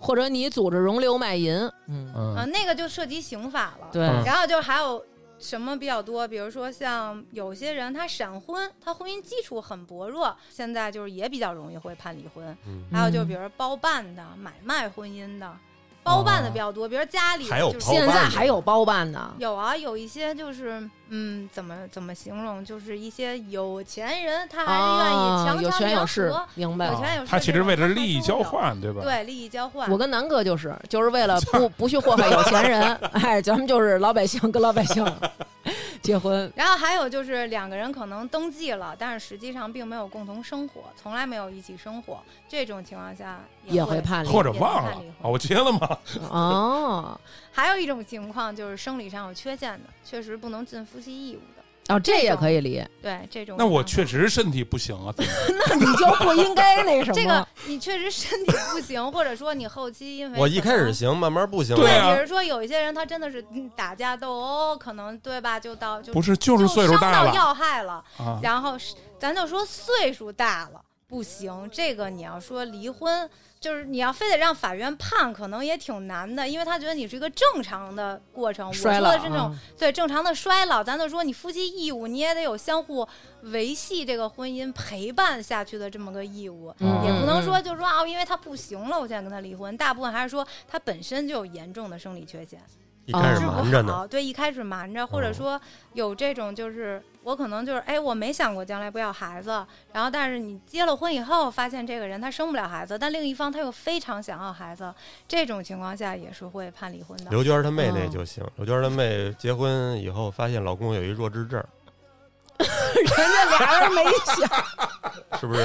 或者你组织容留卖淫，嗯，
嗯，
啊那个就涉及刑法了。
对
嗯
然后就还有什么比较多，比如说像有些人他闪婚，他婚姻基础很薄弱，现在就是也比较容易会判离婚。
嗯
还有就比如包办的、买卖婚姻的，包办的
哦
比较多，比如家里
还有
就是
包
现
办
在
的
还有包办呢，
有啊，有一些就是，嗯，怎么怎么形容，就是一些有钱人，他还是愿意
啊，
强
有
强
权有
联
势
合，，
明白
有
了。
权有势。
他其实为了利益交，换，对吧？
对利益交换。
我跟南哥就是，就是为了不不去祸害有钱人， [LAUGHS] 哎，咱们就是老百姓跟老百
[LAUGHS]
姓结婚，
然后还有就是两个人可能登记了，但是实际上并没有共同生活，从来没有一起生活，这种情况下
也
会
会判离
或者忘了
也会判离
啊，我结了吗？
哦
还有一种情况就是生理上有缺陷的，确实不能尽夫妻义务的，
哦，这也可以离，
对这种情况。
那我确实身体不行啊，怎么
那你 [LAUGHS] 就不应该那什么。
这个你确实身体不行，或者说你后期
嗯
因为
我一
可
开始
能
行，慢慢不行
对啊
了。
比如说有一些人他真的是嗯打架斗殴，可能对吧？就到就
不是就是岁数
伤
大
到
了
要害了，
啊？
然后是咱就说岁数大了。不行，这个你要说离婚，就是你要非得让法院判，可能也挺难的，因为他觉得你是一个正常的过程。我说
衰老啊
的是那种、对正常的衰老，咱就说你夫妻义务，你也得有相互维系这个婚姻、陪伴下去的这么个义务。
嗯
也不能说
嗯
就是说啊，因为他不行了，我现在跟他离婚。大部分还是说他本身就有严重的生理缺陷，
一开
哦是
始
治
瞒着
不
呢，哦
好。对，一开始瞒着，或者说有这种就是我可能就是哎，我没想过将来不要孩子，然后但是你结了婚以后，发现这个人他生不了孩子，但另一方他又非常想要孩子，这种情况下也是会判离婚的。
刘娟儿她妹那
哦
就行。刘娟儿她妹结婚以后发现老公有一弱智症，
那俩人没想，啊
是不是？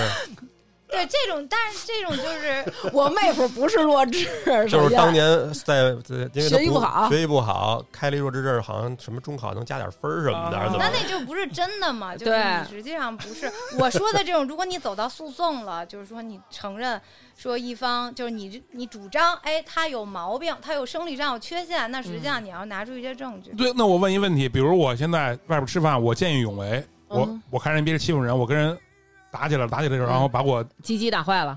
对，这种但是这种就是
我妹夫不 [LAUGHS] 是弱智，
就是
首先
当年在在因为她
学习不好
学习不好，开了一弱智证，好像什么中考能加点分儿什么的，
啊
还是怎么
那
着？
那就不是真的
[LAUGHS]
嘛，就是
对
你实际上不是我说的这种。如果你走到诉讼了，就是说你承认说一方就是你你主张，哎，他有毛病，他有生理上有缺陷，那实际
嗯
上你要拿出一些证据。
对，那我问一问题，比如我现在外边吃饭，我见义勇为，我、
嗯
我看人别人欺负人，我跟人打起来了，打起来之后，然后把我
鸡鸡打坏了，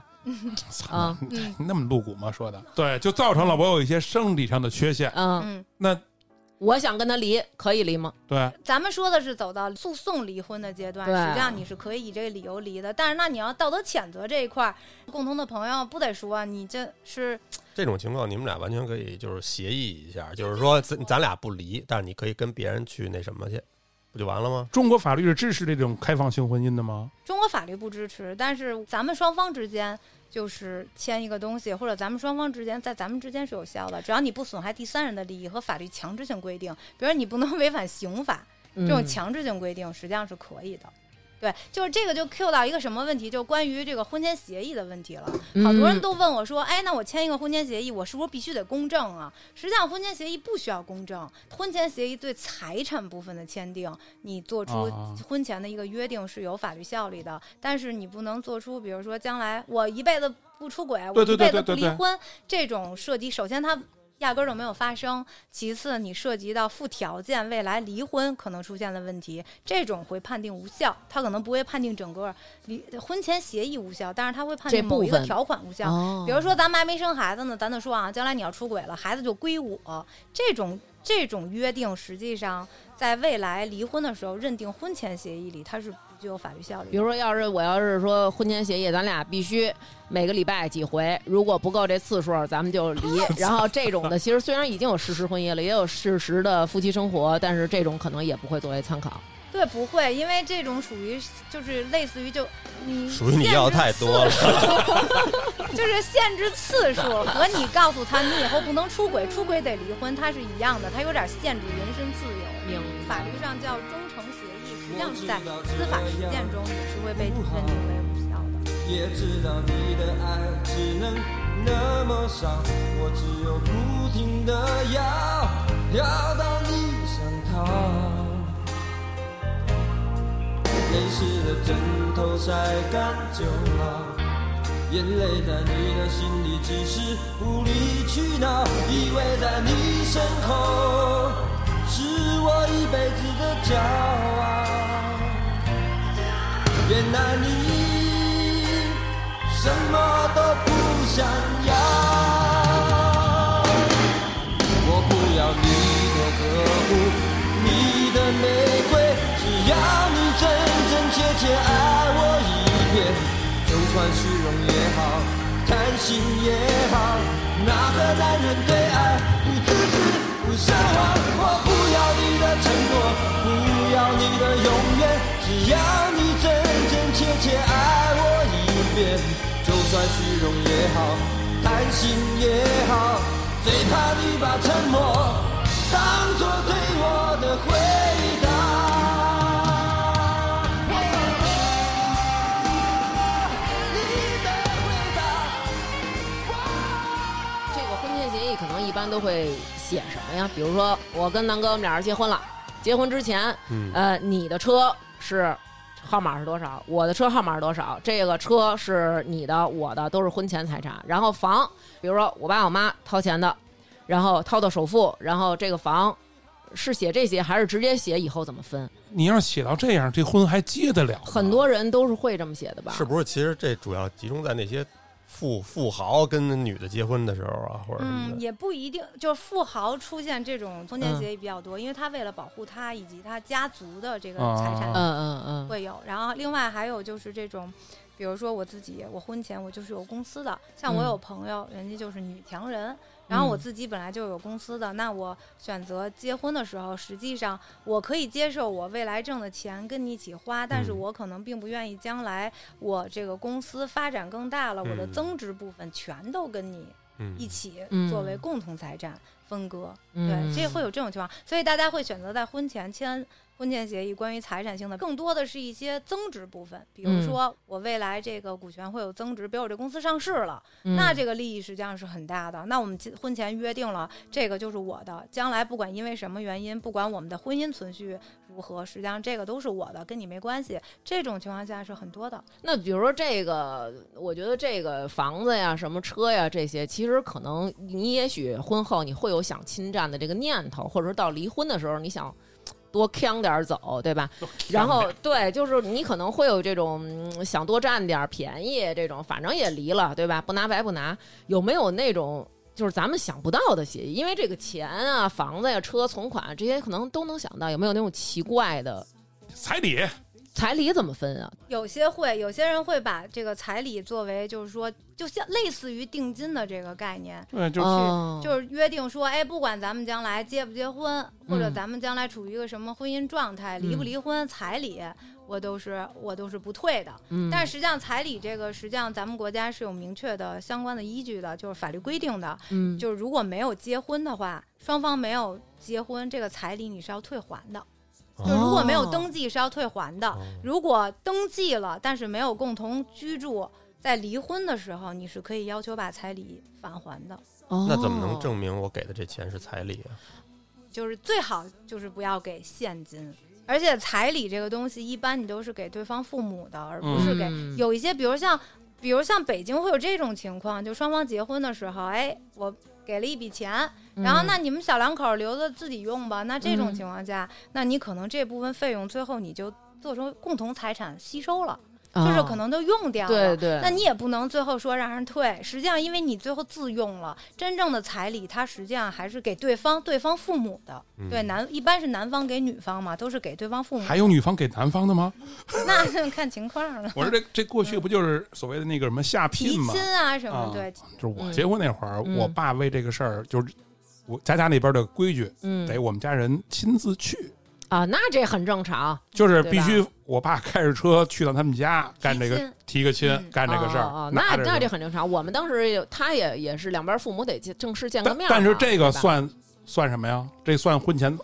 操
嗯
嗯
那么露骨吗？说的对，就造成了我有一些生理上的缺陷。
嗯，
嗯，
那
我想跟他离，可以离吗？
对，
咱们说的是走到诉讼离婚的阶段，
对
实际上你是可以以这个理由离的。但是那你要道德谴责这一块儿，共同的朋友不得说你这是
这种情况你们俩完全可以就是协议一下，就是说咱咱俩不离，但是你可以跟别人去那什么去，不就完了吗？
中国法律是支持这种开放性婚姻的吗？
中国法律不支持，但是咱们双方之间就是签一个东西，或者咱们双方之间在咱们之间是有效的，只要你不损害第三人的利益和法律强制性规定，比如你不能违反刑法
这
这
嗯
种强制性规定，实际上是可以的。对，就是这个就 Q 到一个什么问题，就关于这个婚前协议的问题了。好多人
嗯
都问我说：“哎，那我签一个婚前协议，我是不是必须得公证啊？”实际上，婚前协议不需要公证，婚前协议对财产部分的签订，你做出
啊
婚前的一个约定是有法律效力的，但是你不能做出，比如说将来我一辈子不出轨，我
对对
一辈子
对对
不
对
离
对
婚这种涉及，首先它压根儿就没有发生，其次你涉及到附条件未来离婚可能出现的问题，这种会判定无效，它可能不会判定整个离婚前协议无效，但是它会判
这
定某一
部
个
分
条款无效。
哦
啊比如说咱们还没生孩子呢，咱就说啊，将来你要出轨了，孩子就归我。这种这种约定，实际上在未来离婚的时候，认定婚前协议里它是不具有法律效力
比
的。
如说，要是我要是说婚前协议，咱俩必须每个礼拜几回，如果不够这次数，咱们就离。然后这种的，其实虽然已经有事实婚姻了，也有事实的夫妻生活，但是这种可能也不会作为参考。
对，不会，因为这种属于就是类似于就你
属于你要太多了，
[LAUGHS] 就是限制次数和你告诉他你以后不能出轨，出轨得离婚，它是一样的，它有点限制人身自由。
明
法律上叫忠诚协议，实际上是在司法实践中也是会被认定为无效的。
也知道你的爱只能那么少，我只有不停的要，要到你想逃。泪湿了枕头晒干就好，眼泪在你的心里只是无理取闹，依偎在你身后，是我一辈子的骄傲。原来你什么都不想要。我不要你的呵护，你的玫瑰，只要你真真切切爱我一遍，就算虚荣也好，贪心也好，哪个男人对爱不自私不奢望？我不要你的承诺，不要你的永远，只要你真真切切爱我一遍，就算虚荣也好，贪心也好，最怕你把沉默当作对我的回答。你的回答。
这个婚前协议可能一般都会写什么呀？比如说，我跟南哥我们俩人结婚了，结婚之前，
嗯
呃，你的车是号码是多少？我的车号码是多少？这个车是你的，我的都是婚前财产。然后房，比如说我爸我妈掏钱的，然后掏的首付，然后这个房是写这些，还是直接写以后怎么分？
你要写到这样，这婚还结得了吗？
很多人都是会这么写的吧？
是不是？其实这主要集中在那些富富豪跟女的结婚的时候啊，或者什么
嗯，
的。
也不一定，就是富豪出现这种婚前协议比较多，因为他为了保护他以及他家族的这个财产
啊
哦
嗯嗯嗯，
会有，然后另外还有就是这种。比如说我自己，我婚前我就是有公司的，像我有
嗯
朋友，人家就是女强人，然后我自己本来就有公司的，那我选择结婚的时候，实际上我可以接受我未来挣的钱跟你一起花，但是
嗯
我可能并不愿意将来我这个公司发展更大了，我的
嗯
增值部分全都跟你
嗯，
一起
嗯
作为共同财产分割。
嗯
对，这会有这种情况，所以大家会选择在婚前签婚前协议，关于财产性的，更多的是一些增值部分，比如
嗯
说我未来这个股权会有增值，比如我这公司上市了，
嗯
那这个利益实际上是很大的。那我们结婚前约定了，这个就是我的，将来不管因为什么原因，不管我们的婚姻存续如何，实际上这个都是我的，跟你没关系。这种情况下是很多的，
那比如说这个，我觉得这个房子呀、什么车呀这些，其实可能你也许婚后你会有想侵占的这个念头，或者说到离婚的时候你想。多扛点儿走，对吧？ [LAUGHS] 然后对，就是你可能会有这种嗯想多占点儿便宜这种，反正也离了，对吧？不拿白不拿。有没有那种就是咱们想不到的协议？因为这个钱啊、房子呀、车、存款这些可能都能想到，有没有那种奇怪的
彩礼
彩礼怎么分啊？
有些会，有些人会把这个彩礼作为就是说，就像类似于定金的这个概念。
对，就
哦
就是约定说，哎，不管咱们将来结不结婚，或者
嗯
咱们将来处于一个什么婚姻状态，离不
嗯
离婚，彩礼我都是我都是不退的。
嗯
但实际上，彩礼这个实际上咱们国家是有明确的相关的依据的，就是法律规定的。
嗯
就是如果没有结婚的话，双方没有结婚，这个彩礼你是要退还的。
哦
就如果没有登记是要退还的，
哦
如果登记了但是没有共同居住，在离婚的时候你是可以要求把彩礼返还的。
那怎么能
哦
证明我给的这钱是彩礼啊？
就是最好就是不要给现金，而且彩礼这个东西，一般你都是给对方父母的，而不是给、
嗯
有一些，比如像，比如像北京会有这种情况，就双方结婚的时候，哎，我给了一笔钱，然后
嗯
那你们小两口留着自己用吧。那这种
嗯
情况下，那你可能这部分费用最后你就做成共同财产吸收了，就是可
哦
能都用掉了。
对对，
那你也不能最后说让人退，实际上因为你最后自用了，真正的彩礼它实际上还是给对方对方父母的，
嗯
对男一般是男方给女方嘛，都是给对方父母，
还有女方给男方的吗？
那看情况了。
[LAUGHS] 我说这这过
嗯
去不就是所谓的那个什么下
提
聘吗
亲？啊什么
啊
对，
就是我
嗯
结婚那会儿，
嗯
我爸为这个事儿，就是我咱家那边的规矩，
嗯
得我们家人亲自去，
啊，那这很正常，
就是
对
必
吧
须我爸开着车去到他们家干这
提
个
亲
提个亲
嗯，
干这个事儿、
哦哦那
拿着
那
这
这
个。
很正常。我们当时也他也也是两边父母得见正式见个
但
面嘛，
但是这个
对吧
算算什么呀？这算婚前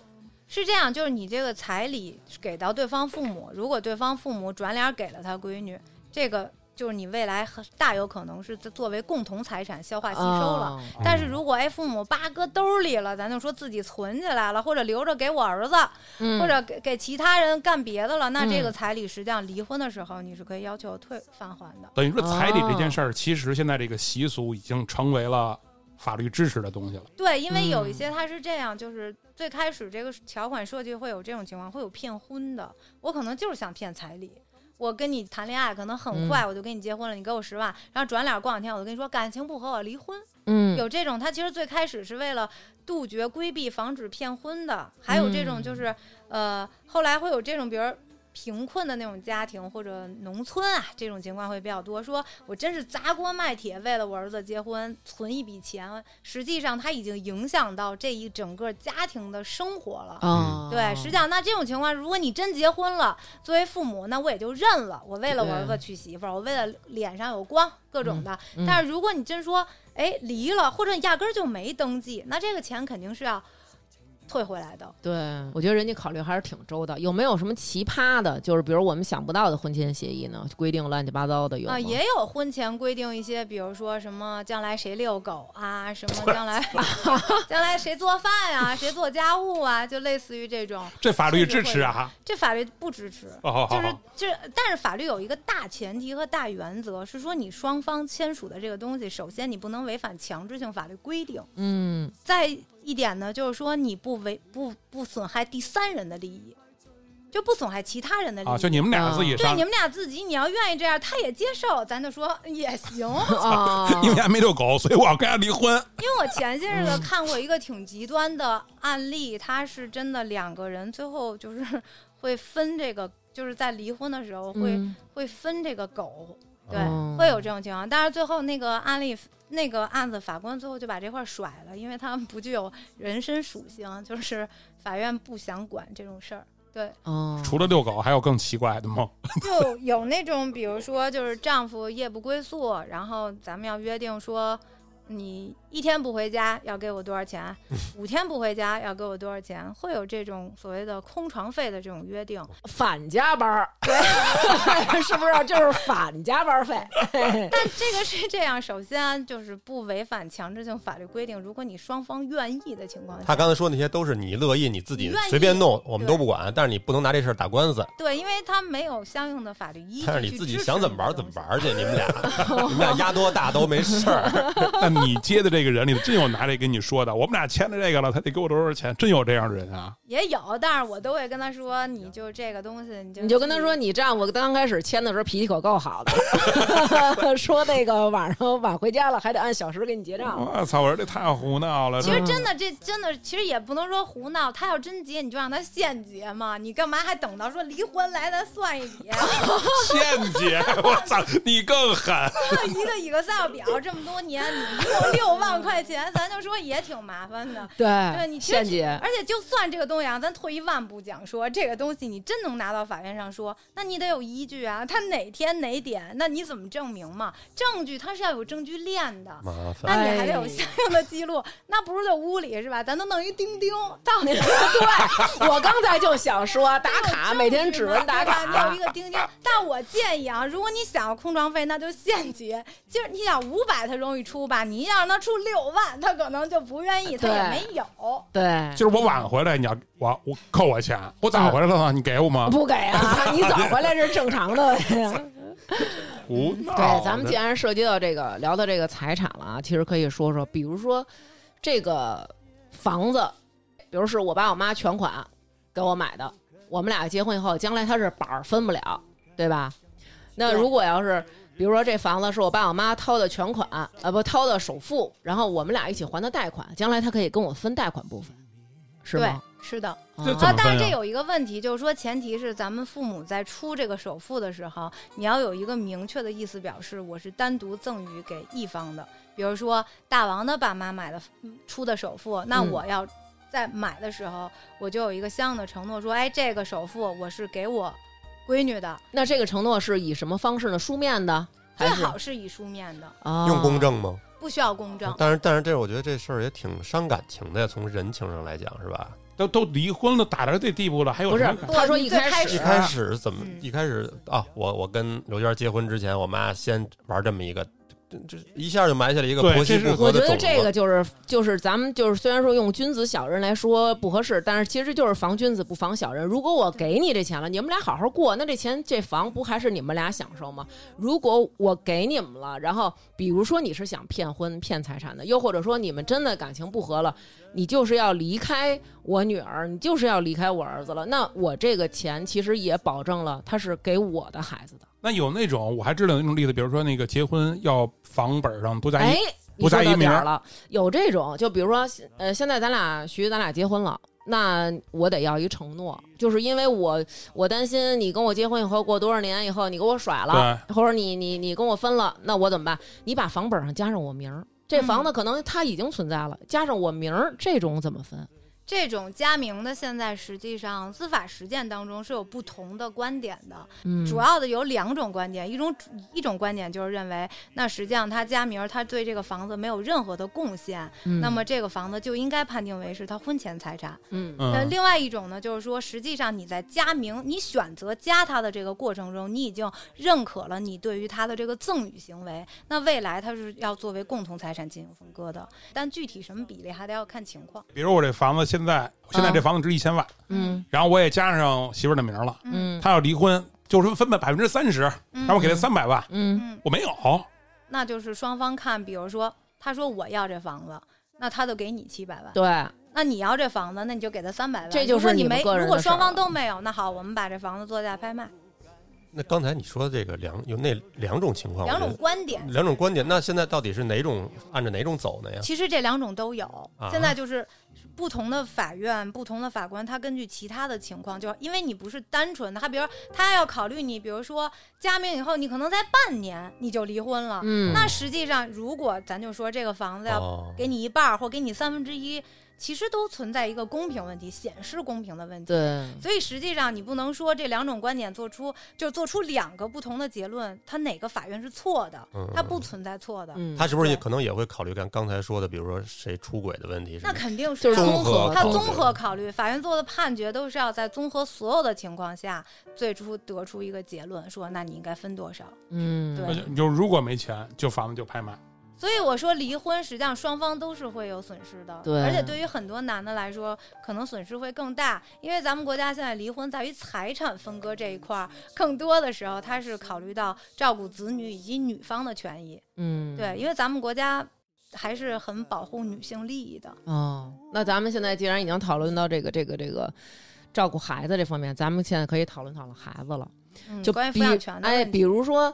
是这样，就是你这个彩礼给到对方父母，如果对方父母转脸给了他闺女，这个就是你未来很大有可能是作为共同财产消化吸收了。
哦
但是如果哎父母叭搁兜里了，咱就说自己存起来了，或者留着给我儿子，
嗯
或者给给其他人干别的了，那这
嗯
个彩礼实际上离婚的时候你是可以要求退返还的。
等于说彩礼这
哦
件事儿，其实现在这个习俗已经成为了法律支持的东西了。
对，因为有一
嗯
些它是这样，就是最开始这个条款设计会有这种情况，会有骗婚的。我可能就是想骗彩礼，我跟你谈恋爱可能很快我就跟你结婚了，你给我十万，然后转脸过两天我就跟你说感情不和，我离婚。
嗯
有这种，它其实最开始是为了杜绝、规避、防止骗婚的，还有这种就是，呃，后来会有这种，比如。贫困的那种家庭或者农村啊，这种情况会比较多。说我真是砸锅卖铁为了我儿子结婚存一笔钱，实际上他已经影响到这一整个家庭的生活了。
嗯
哦
对，实际上那这种情况，如果你真结婚了，作为父母，那我也就认了。我为了我儿子娶媳妇儿，我为了脸上有光，各种的。
嗯嗯
但是如果你真说，哎，离了，或者你压根儿就没登记，那这个钱肯定是要退回来的。
对，我觉得人家考虑还是挺周到。有没有什么奇葩的？就是比如我们想不到的婚前协议呢？规定乱七八糟的有
啊，
吗
也有婚前规定一些，比如说什么将来谁遛狗啊，什么将来 [LAUGHS] 将来谁做饭啊，谁做家务啊，就类似于这种。
这法律支持啊！
这法律不支持，
哦好好
就是
好
就是，但是法律有一个大前提和大原则是说，你双方签署的这个东西，首先你不能违反强制性法律规定，
嗯
再一点呢，就是说你不违不不损害第三人的利益，就不损害其他人的利益。
啊，就你们俩自
嗯
己
对
商
你
量，，
们俩自己，你要愿意这样，他也接受，咱就说也
[LAUGHS]
行。
哦
因为家没遛狗，所以我要跟他离婚。
因为我前些日
嗯
子看过一个挺极端的案例，他是真的两个人最后就是会分这个，就是在离婚的时候会、
嗯
会分这个狗，对，
哦
会有这种情况。但是最后那个案例，那个案子，法官最后就把这块儿甩了，因为他们不具有人身属性，就是法院不想管这种事儿。对，
哦，
除了遛狗，还有更奇怪的吗？
就有那种，比如说就是丈夫夜不归宿，然后咱们要约定说，你一天不回家要给我多少钱，五天不回家要给我多少钱，会有这种所谓的空床费的这种约定。
反加班儿，
[LAUGHS]
对，是不是就是反加班费？
但这个是这样，首先啊就是不违反强制性法律规定，如果你双方愿意的情况下，
他刚才说那些都是你乐意你自己随便弄，我们都不管，但是你不能拿这事儿打官司。
对，因为他没有相应的法律依据去支持
但是
这个东西，
你自己想怎么玩儿怎么玩儿去，你们俩，
[LAUGHS]
你们俩压多大都没事儿。
[LAUGHS] 那你接的这个人里，真有拿这跟你说的，我们俩签了这个了，他得给我多少钱？真有这样的人啊？
也有，但是我都会跟他说，你就这个东西，你就
你就跟他
自己
说，你这样，我刚开始签的时候脾气可够好
[LAUGHS]
的，说那个晚上晚回家了，还得按小时给你结账。
我操！我说这太胡闹了，
其实
嗯
真的，这真的，其实也不能说胡闹。他要真结，你就让他现结嘛，你干嘛还等到说离婚来咱算一笔，啊
陷阱！我操，你更狠！
[LAUGHS]
这 [LAUGHS] 一个一个 Excel 表这么多年，你用六万块钱，咱就说也挺麻
[LAUGHS]
烦的。
对，
对你其实
倩姐，
而且就算这个东西啊，咱退一万步讲说，这个东西你真能拿到法院上说，那你得有依据啊。他哪天哪点，那你怎么证明嘛？证据它是要有证据链的。
麻烦，
那你还得有
哎
相应的记录，那不如在屋里是吧？咱都弄一钉钉，到
[LAUGHS]
底
对我刚才就想说打
[LAUGHS]
卡，每天指纹打
对吧你
卡
有一，个钉钉。但我建议啊，如果你想要空床费，那就现结。就是你想五百，他容易出吧？你要让他出六万，他可能就不愿意，他也
对
没有。
对，
[LAUGHS] 就是我晚回来，你要我我扣我钱，我
嗯
早回来了呢，你给我吗？
不给
[LAUGHS]
啊，你早回来是正常的。
胡闹！
对，咱们既然涉及到这个，聊到这个财产了啊，其实可以说说，比如说这个房子，比如是我爸我妈全款给我买的，我们俩结婚以后，将来他是板儿分不了，对吧？那
对
如果要是比如说这房子是我爸我妈掏的全款，啊、不掏的首付，然后我们俩一起还的贷款，将来他可以跟我分贷款部分，是
对
吗？，
是的。
这
啊
怎
啊
么，
但
分
是
呀
这有一个问题，就是说，前提是咱们父母在出这个首付的时候，你要有一个明确的意思表示，我是单独赠与给一方的。比如说，大王的爸妈买的嗯出的首付，那
嗯
我要在买的时候，我就有一个相应的承诺，说，哎，这个首付我是给我闺女的，
那这个承诺是以什么方式呢？书面的还
最
是
好是以书面的，
啊
用公证吗？
不需要公证。
但是但是这我觉得这事儿也挺伤感情的呀，从人情上来讲是吧？
都都离婚了，打到这地步了，还有
不是
什么感
不
他说一
最
开
开
始
一开始怎么
嗯
一开始啊？我我跟刘娟结婚之前，我妈先玩这么一个，这这一下就埋下了一个
对
婆媳
这是
不
我
和
觉
的种
得
子。
这个就是就是咱们就是虽然说用君子小人来说不合适，但是其实就是防君子不防小人。如果我给你这钱了，你们俩好好过，那这钱这房不还是你们俩享受吗？如果我给你们了，然后比如说你是想骗婚骗财产的，又或者说你们真的感情不和了，你就是要离开我女儿，你就是要离开我儿子了，那我这个钱其实也保证了他是给我的孩子的。
那有那种我还知道有那种例子，比如说那个结婚要房本上多加一
哎，
不
你
加
说到
一名
点
儿
儿了，有这种，就比如说，呃，现在咱俩徐，咱俩结婚了。那我得要一承诺，就是因为我我担心你跟我结婚以后过多少年以后你给我甩了，或者你你你跟我分了，那我怎么办？你把房本上加上我名儿，这房
嗯
子可能它已经存在了，加上我名儿，这种怎么分？
这种加名的，现在实际上司法实践当中是有不同的观点的。
嗯，
主要的有两种观点，一种一种观点就是认为，那实际上他加名儿，他对这个房子没有任何的贡献，
嗯
那么这个房子就应该判定为是他婚前财产。
嗯
那
嗯，
另外一种呢，就是说，实际上你在加名，你选择加他的这个过程中，你已经认可了你对于他的这个赠与行为，那未来他是要作为共同财产进行分割的，但具体什么比例还得要看情况。
比如我这房子现在现在这房子值一千万，
嗯
然后我也加上媳妇儿的名儿了，
嗯
她要离婚就是分百分之三十，
嗯
然后我给她三百万，
嗯
嗯，
我没有，
那就是双方看，比如说他说我要这房子，那他就给你七百万。
对，
嗯
那你要这房子，那你就给他三百万。
这就是
如果你
你们
没，
个人的
如果双方
事儿了
都没有，那好，我们把这房子作价拍卖。
那刚才你说的这个两有那两种情况，
两
我
种
觉
观点
得，
[LAUGHS]
两种观点，那现在到底是哪种按着哪种走呢呀？
其实这两种都有。
啊
现在就是不同的法院、不同的法官，他根据其他的情况，就因为你不是单纯的，他比如他要考虑你，比如说加名以后，你可能在半年你就离婚了。
嗯
那实际上，如果咱就说这个房子要
哦，
给你一半儿或给你三分之一，其实都存在一个公平问题，显示公平的问题。
对，
所以实际上，你不能说这两种观点做出就做出两个不同的结论，它哪个法院是错的
嗯？
它不存在错的，
嗯，
他是不是也
对
可能也会考虑刚刚才说的，比如说谁出轨的问题什
那
么？
肯定
就是
啊
综
合
合
他
考
综
虑
合考虑，法院做的判决都是要在综合所有的情况下，最初得出一个结论，说那你应该分多少。
嗯，
对
那就你就如果没钱，就房子就拍卖。
所以我说离婚，实际上双方都是会有损失的，
对
而且对于很多男的来说，可能损失会更大，因为咱们国家现在离婚在于财产分割这一块儿，更多的时候他是考虑到照顾子女以及女方的权益。
嗯，
对，因为咱们国家还是很保护女性利益的。
哦，那咱们现在既然已经讨论到这个这个这个照顾孩子这方面，咱们现在可以讨论讨论孩子了，
嗯，
就
关于
比
抚养权的
哎，
问
比
题，
如说。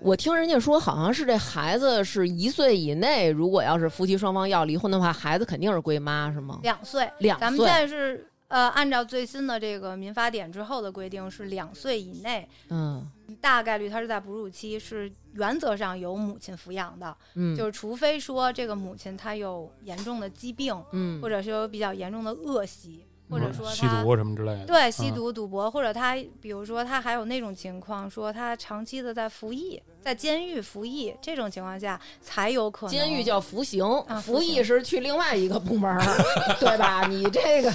我听人家说，好像是这孩子是一岁以内，如果要是夫妻双方要离婚的话，孩子肯定是归妈，是吗？
两岁，
两
咱们
岁
现，在是呃，按照最新的这个民法典之后的规定，是两岁以内，
嗯
大概率他是在哺乳期，是原则上由母亲抚养的，
嗯，
就是除非说这个母亲她有严重的疾病，
嗯，
或者是有比较严重的恶习，或者说
嗯吸
她
毒什么之类的。
嗯
对吸毒、赌博，或者他比如说他还有那种情况，说他长期的在服役，在监狱服役这种情况下才有可能
监狱叫服刑，
服
啊服役
刑
是去另外一个部 [LAUGHS] 门儿，对吧？啊你这个，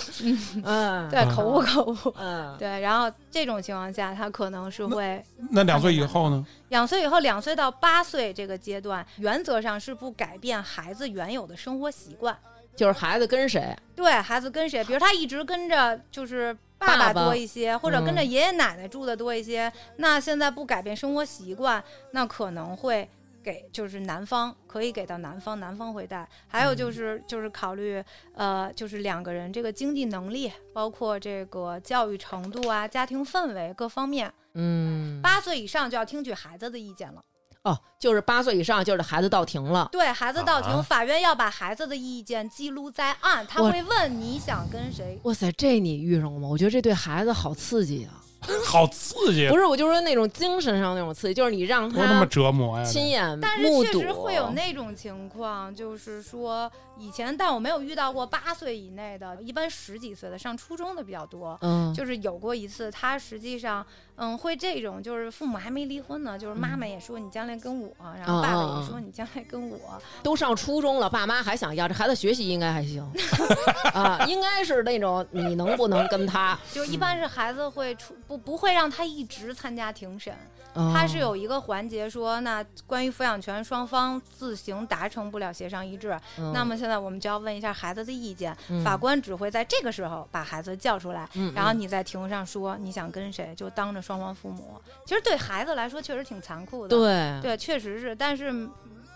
嗯，
对口误口误。
嗯，
对，然后这种情况下，他可能是会
那两岁以后呢？
两岁以后，两岁到八岁这个阶段，原则上是不改变孩子原有的生活习惯。
就是孩子跟谁，
对孩子跟谁，比如他一直跟着就是爸
爸爸
多一些，或者跟着
嗯
爷爷奶奶住的多一些，那现在不改变生活习惯，那可能会给就是男方可以给到男方，男方会带。还有就是、
嗯
就是考虑呃，就是两个人这个经济能力，包括这个教育程度啊、家庭氛围各方面。
嗯，
八岁以上就要听取孩子的意见了。
哦，就是八岁以上，就是孩子到庭了。
对孩子到庭，
啊
法院要把孩子的意见记录在案，他
我
会问你想跟谁
哇塞，这你遇上过吗？我觉得这对孩子好刺激啊！
好刺激，
不是，我就说那种精神上那种刺激，就是你让
多他妈
他
折磨呀！
亲眼目睹，
但是确实会有那种情况，就是说以前，但我没有遇到过八岁以内的，一般十几岁的上初中的比较多。
嗯，
就是有过一次，他实际上，嗯，会这种，就是父母还没离婚呢，就是
嗯
妈妈也说你将来跟我，然后爸爸也说你将来跟我，
都上初中了，爸妈还想要这孩子学习应该还 [LAUGHS] 行啊，应该是那种你能不能跟他，
就一般是孩子会出不不会让他一直参加庭审，
哦
他是有一个环节说，那关于抚养权双方自行达成不了协商一致，
嗯，
那么现在我们就要问一下孩子的意见，
嗯
法官只会在这个时候把孩子叫出来，
嗯，
然后你在庭上说你想跟谁，就当着双方父母。其实对孩子来说确实挺残酷的，
对
对，确实是，但是嗯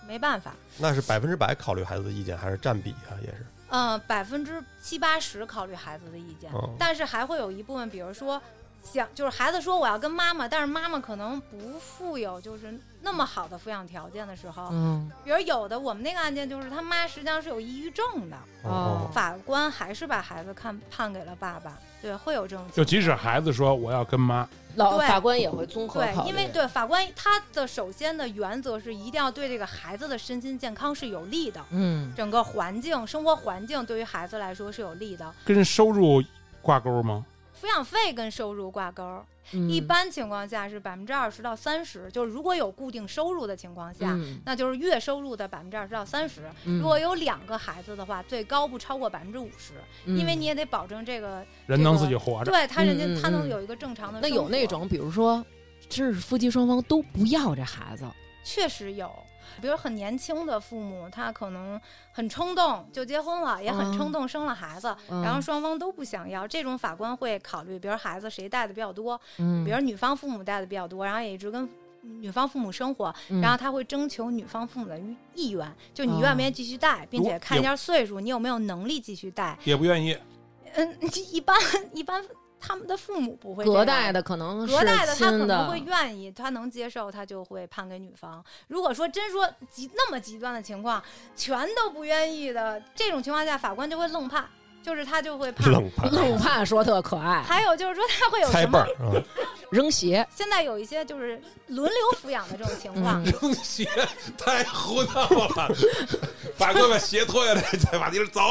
没办法。
那是百分之百考虑孩子的意见，还是占比啊？也是，
嗯，百分之七八十考虑孩子的意见，
哦
但是还会有一部分，比如说想就是孩子说我要跟妈妈，但是妈妈可能不富有就是那么好的抚养条件的时候，
嗯
比如有的我们那个案件就是他妈实际上是有抑郁症的，
哦
法官还是把孩子看判给了爸爸，对，会有这种情
就即使孩子说我要跟妈，
老
对
法官也会综合
对
考，虑，
因为对法官他的首先的原则是一定要对这个孩子的身心健康是有利的，
嗯，
整个环境、生活环境对于孩子来说是有利的。
跟收入挂钩吗？
抚养费跟收入挂钩儿，
嗯
一般情况下是百分之二十到三十，就是如果有固定收入的情况下，
嗯
那就是月收入的百分之二十到三十。
嗯
如果有两个孩子的话，最高不超过百分之五十，因为
嗯
你也得保证这个
人能自己活着，
对他人家、
嗯嗯
他能
嗯
有一个正常的
那有
生
那
活
种，比如说，这是夫妻双方都不要这孩子，
确实有，比如很年轻的父母，他可能很冲动就结婚了，也
嗯
很冲动生了孩子，然后双方都不想要，这种法官会考虑，比如孩子谁带的比较多，
嗯，
比如女方父母带的比较多，然后也一直跟。女方父母生活，
嗯
然后他会征求女方父母的意意愿，就你愿不愿意
哦
继续带，并且看一下岁数，你有没有能力继续带。
也不愿意。
嗯， [LAUGHS] 一般一般他们的父母不会这
隔
样
代的可能是
隔代的他可
亲
能会
的，
愿意，他能接受，他就会判给女方。如果说真说极那么极端的情况，全都不愿意的这种情况下，法官就会愣判。就是他就会怕。
哦冷盘
冷盼说特可爱，
还有就是说他会有
猜
什
辈
么
儿？啊，
扔鞋，
现在有一些就是轮流抚养的这种
嗯
情况，
扔鞋太胡闹了，把哥把鞋脱下来，再把地儿走。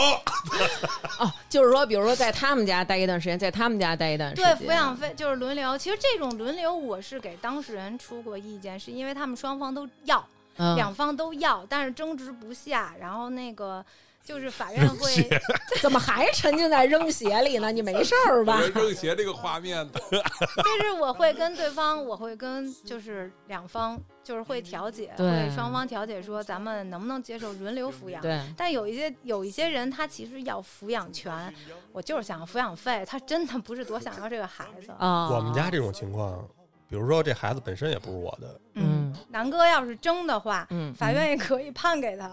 哦，就是说，比如说在他们家待一段时间，在他们家待一段时
对
间，
抚养费就是轮流。其实这种轮流我是给当事人出过意见，是因为他们双方都要，
嗯
两方都要，但是争执不下，然后那个就是法院会
鞋
怎么还沉浸在扔鞋里呢？你没事儿吧？
扔鞋这个画面的，
就是我会跟对方，我会跟就是两方就是会调解，
对
会双方调解说咱们能不能接受轮流抚养。
对，
但有一些有一些人，他其实要抚养权，我就是想要抚养费，他真的不是多想要这个孩子。
啊，
我们家这种情况，比如说这孩子本身也不是我的
嗯
南哥要是争的话，
嗯，
法院也可以判给他，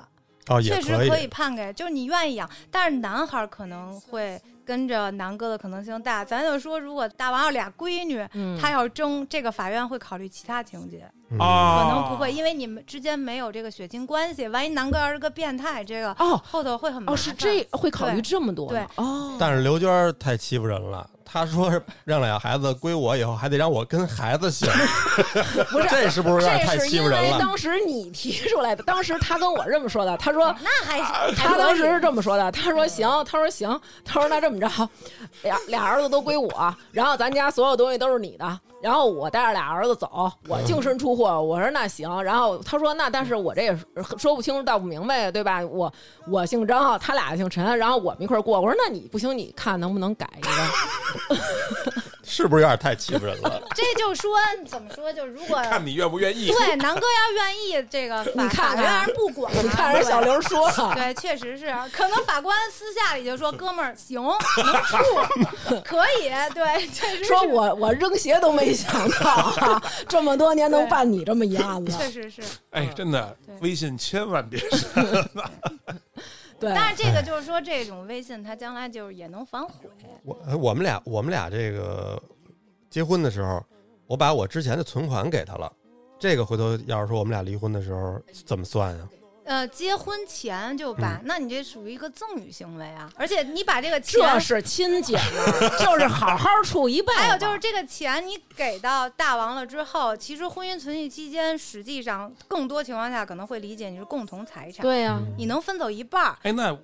哦，也
确实
以
可以判给，就是你愿意养。但是男孩可能会跟着南哥的可能性大。咱就说，如果大王要俩闺女，
嗯
他要争，这个法院会考虑其他情节。
嗯
啊
哦
可能不会，因为你们之间没有这个血亲关系。万一南哥要是个变态，这个
哦
后头会很麻烦。
哦是这会考虑这么多呢哦，
但是刘娟儿太欺负人了，她说是让俩孩子归我以后，还得让我跟孩子姓，
不
[LAUGHS]
是
这是不是有点太
这是
欺
因
负人
为
了？
当时你提出来的，当时他跟我这么说的，他
嗯
说。
那还嗯行，
啊他当时是这么说的，他说行，他说行，他说那这么着，俩俩儿子都归我，然后咱家所有东西都是你的，然后我带着俩儿子走，我净身出户。我说那行，然后他说那但是我这也说不清楚道不明白，对吧？我我姓张，他俩姓陈，然后我们一块儿过。我说那你不行，你看能不能改
[LAUGHS]
一个？
是不是有点太欺负人
[LAUGHS]
了？
[LAUGHS] 这就说怎么说，就如果
看你愿不愿意。
对南哥要愿意，这个法
你看看啊
法院人不管。
你看人小刘
[LAUGHS]
说了，
对，确实是，啊可能法官私下里就说：“哥们儿，行，能
[LAUGHS]
处，可以。”对，确实是
说我 [LAUGHS] 我扔鞋都没想到、
[LAUGHS]
啊，这么多年能办你这么一案子。
确实是，
哎，真的，微信千万别删。
对，
但是这个就是说，这种微信它将来就是也能反悔。
我哎我们俩我们俩这个结婚的时候，我把我之前的存款给她了，这个回头要是说我们俩离婚的时候怎么算啊呀、
呃，结婚前就把，那你这属于一个赠与行为啊，而且你把这个钱，
嗯这是亲姐们儿，就是好好处一辈子。
还有就是这个钱你给到大王了之后，其实婚姻存续期间，实际上更多情况下可能会理解你是共同财产，
对呀、
你能分走一半儿。
[LAUGHS] 哎，那我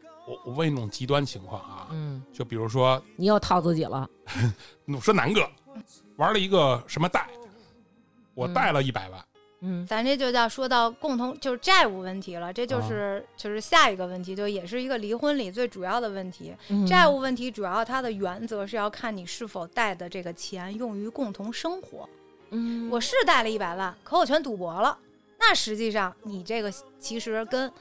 我问一种极端情况啊，
嗯，
就比如说，
你又套自己了，
[LAUGHS] 我说南哥玩了一个什么贷，我贷了一百万，
嗯
咱这就叫说到共同就是债务问题了，这就是、就是下一个问题，就也是一个离婚里最主要的问题。债务问题主要它的原则是要看你是否贷的这个钱用于共同生活。
嗯
我是贷了一百万，可我全赌博了。那实际上你这个其实跟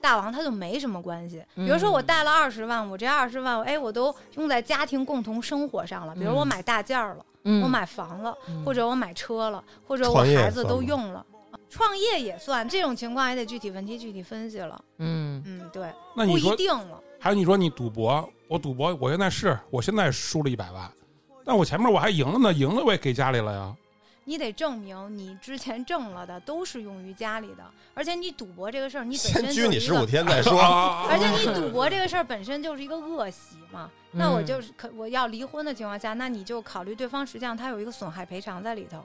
大王他就没什么关系。比如说我贷了二十万，我这二十万，哎，我都用在家庭共同生活上了。比如我买大件儿了，
嗯
嗯
我买房了，或者我买车了，或者我
创业
孩子
算
都
吗
用了。啊创业也算，这种情况也得具体问题具体分析了。
嗯
嗯，对，
那
不
你
一
说，
定了。
还有你说你赌博，我赌博，我现在是我现在输了一百万，但我前面我还赢了呢，赢了我也给家里了呀。
你得证明你之前挣了的都是用于家里的，而且你赌博这个事儿，你本
先
身
拘
就
你
是一
十
个
五天再
啊
说。
啊啊
而且
[LAUGHS]
你赌博这个事儿本身就是一个恶习嘛，
嗯
那我就是可我要离婚的情况下，那你就考虑对方实际上他有一个损害赔偿在里头，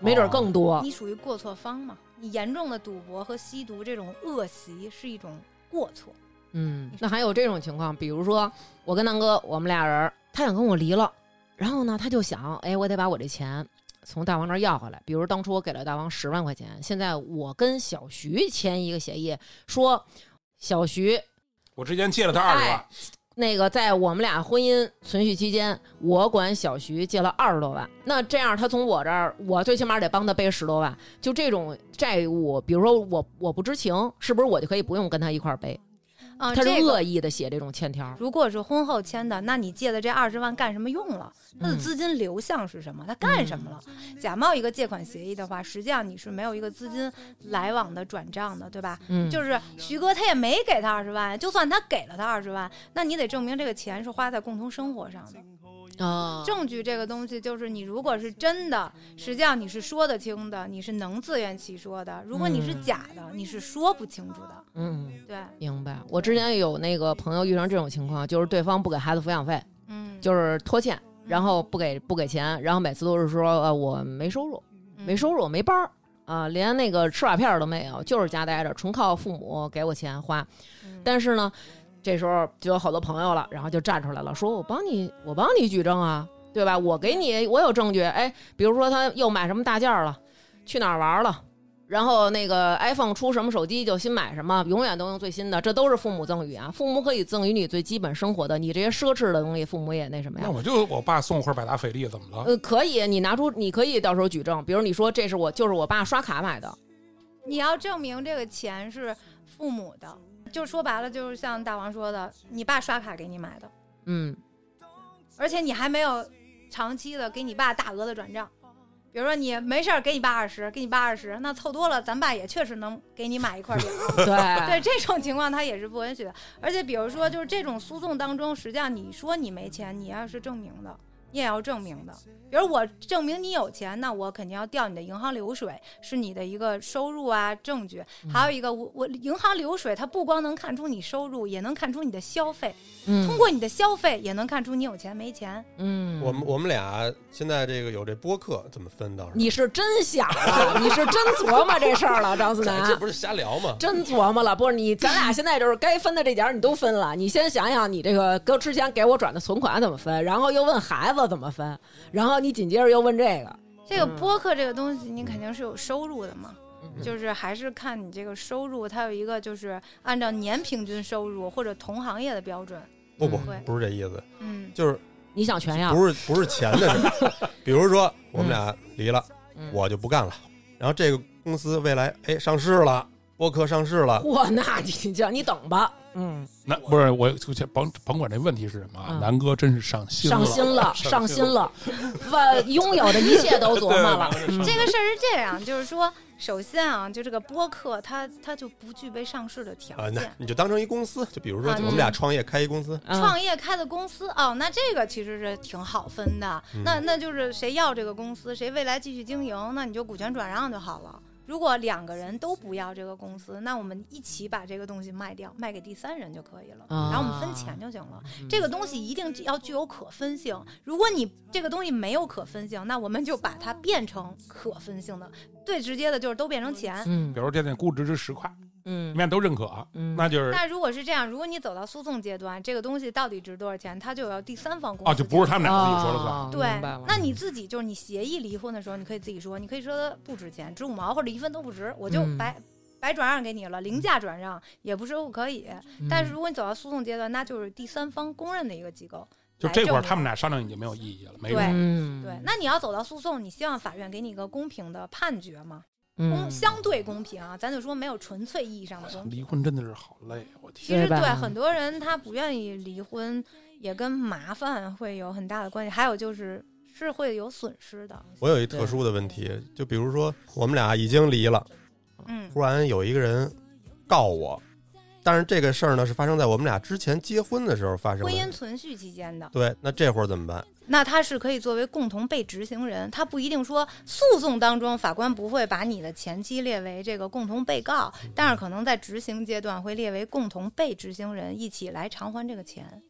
没准儿
啊
更
啊
[LAUGHS]
多。
你属于过错方嘛？你严重的赌博和吸毒这种恶习是一种过错，
嗯，那还有这种情况，比如说我跟南哥，我们俩人儿，他想跟我离了，然后呢，他就想，哎，我得把我这钱从大王那儿要回来。比如当初我给了大王十万块钱，现在我跟小徐签一个协议，说小徐
啊我之前借了他二十万
哎，那个在我们俩婚姻存续期间，我管小徐借了二十多万，那这样他从我这儿，我最起码得帮他背十多万。就这种债务，比如说我我不知情，是不是我就可以不用跟他一块儿背？
啊、
他是
这个
恶意的写这种欠条。
如果是婚后签的，那你借的这二十万干什么用了？它的
嗯
资金流向是什么？它干什么了？假冒一个借款协议的话，实际上你是没有一个资金来往的转账的，对吧？
嗯，
就是徐哥他也没给他二十万，就算他给了他二十万，那你得证明这个钱是花在共同生活上的。
啊，
证据这个东西，就是你如果是真的，实际上你是说得清的，你是能自圆其说的；如果你是
嗯
假的，你是说不清楚的。
嗯，
对，
明白。我之前有那个朋友遇上这种情况，就是对方不给孩子抚养费，
嗯，
就是拖欠，然后不给不给钱，然后每次都是说呃我没收入，
嗯
没收入，没班儿啊、连那个吃瓦片儿都没有，就是家待着，纯靠父母给我钱花。
嗯
但是呢，这时候就有好多朋友了，然后就站出来了，说我帮你，我帮你举证啊，对吧？我给你，我有证据。哎，比如说他又买什么大件儿了，去哪儿玩儿了。然后那个 iPhone 出什么手机就新买什么，永远都用最新的，这都是父母赠与啊。父母可以赠与你最基本生活的，你这些奢侈的东西，父母也那什么呀
那？我就我爸送我块百达翡丽，怎么了？
呃，可以，你拿出，你可以到时候举证，比如你说这是我，就是我爸刷卡买的，
你要证明这个钱是父母的，就说白了，就是像大王说的，你爸刷卡给你买的，
嗯，
而且你还没有长期的给你爸大额的转账。比如说你没事儿给你爸二十，给你爸二十，那凑多了，咱爸也确实能给你买一块表。
对
对这种情况，他也是不允许的。而且比如说，就是这种诉讼当中，实际上你说你没钱，你要是证明的，你也要证明的。比如我证明你有钱，那我肯定要调你的银行流水，是你的一个收入啊证据。还有一个，我我银行流水，它不光能看出你收入，也能看出你的消费。
嗯
通过你的消费，也能看出你有钱没钱。
嗯，
我们我们俩现在这个有这播客怎么分到？
你是真想了，你是真琢磨这事儿了，张思
哎这
南
这。不是瞎聊吗？
真琢磨了，不是你，咱俩现在就是该分的这点儿你都分了。你先想想，你这个给我之前给我转的存款怎么分，然后又问孩子怎么分，然后你紧接着又问这个，
这个
嗯
播客这个东西，你肯定是有收入的嘛。
嗯
就是还是看你这个收入，它有一个就是按照年平均收入或者同行业的标准，
不不
对，
不是这意思，
嗯
就是
你想全要？
不是不是钱的事儿。
[LAUGHS]
比如说我们俩离了，
啊嗯
我就不干了。然后这个公司未来哎上市了，播客上市了，
嚯，那你你这你等吧，嗯，
那不是我就先甭甭管这问题是什么啊
嗯，
南哥真是上心
上心了，上心了，把拥有的一切
[LAUGHS]
都琢磨了，嗯
这个事儿是这样，就是说，首先啊，就这个播客它它就不具备上市的
啊，
条
那
件。
你就当成一公司，就比如说
啊
我们俩创业开一公司，
嗯
创业开的公司哦，那这个其实是挺好分的。那那就是谁要这个公司，谁未来继续经营，那你就股权转让就好了。如果两个人都不要这个公司，那我们一起把这个东西卖掉，卖给第三人就可以了，
啊
然后我们分钱就行了。这个东西一定要具有可分性。如果你这个东西没有可分性，那我们就把它变成可分性的。最直接的就是都变成钱。
嗯
比如说这那估值是十块，你
嗯
们俩都认可啊，
嗯
那就是
那如果是这样，如果你走到诉讼阶段，这个东西到底值多少钱，它就要第三方公
哦，
司
就不
讲
是他们俩自己说了算。
啊
对
明白了，
那你自己就是你协议离婚的时候，你可以自己说，你可以说它不值钱，值五毛或者一分都不值，我就
嗯
白、白转让给你了，零价转让也不是不可以。但
嗯
是如果你走到诉讼阶段，那就是第三方公认的一个机构。
就这块
来证
儿
明
他们俩商量已经没有意义了，没
对
用。
嗯
对，那你要走到诉讼，你希望法院给你一个公平的判决吗？公
嗯
相对公平啊，咱就说没有纯粹意义上的公平。
离婚真的是好累，我天！
其实
对吧
对很多人他不愿意离婚，也跟麻烦会有很大的关系，还有就是是会有损失的。
我有一特殊的问题，就比如说我们俩已经离了，
嗯
突然有一个人告我，但是这个事儿呢是发生在我们俩之前结婚的时候发生
婚姻
的。
存续期间的，
对，那这会儿怎么办？
那他是可以作为共同被执行人，他不一定说诉讼当中法官不会把你的前妻列为这个共同被告，
嗯
但是可能在执行阶段会列为共同被执行人，一起来偿还这个钱。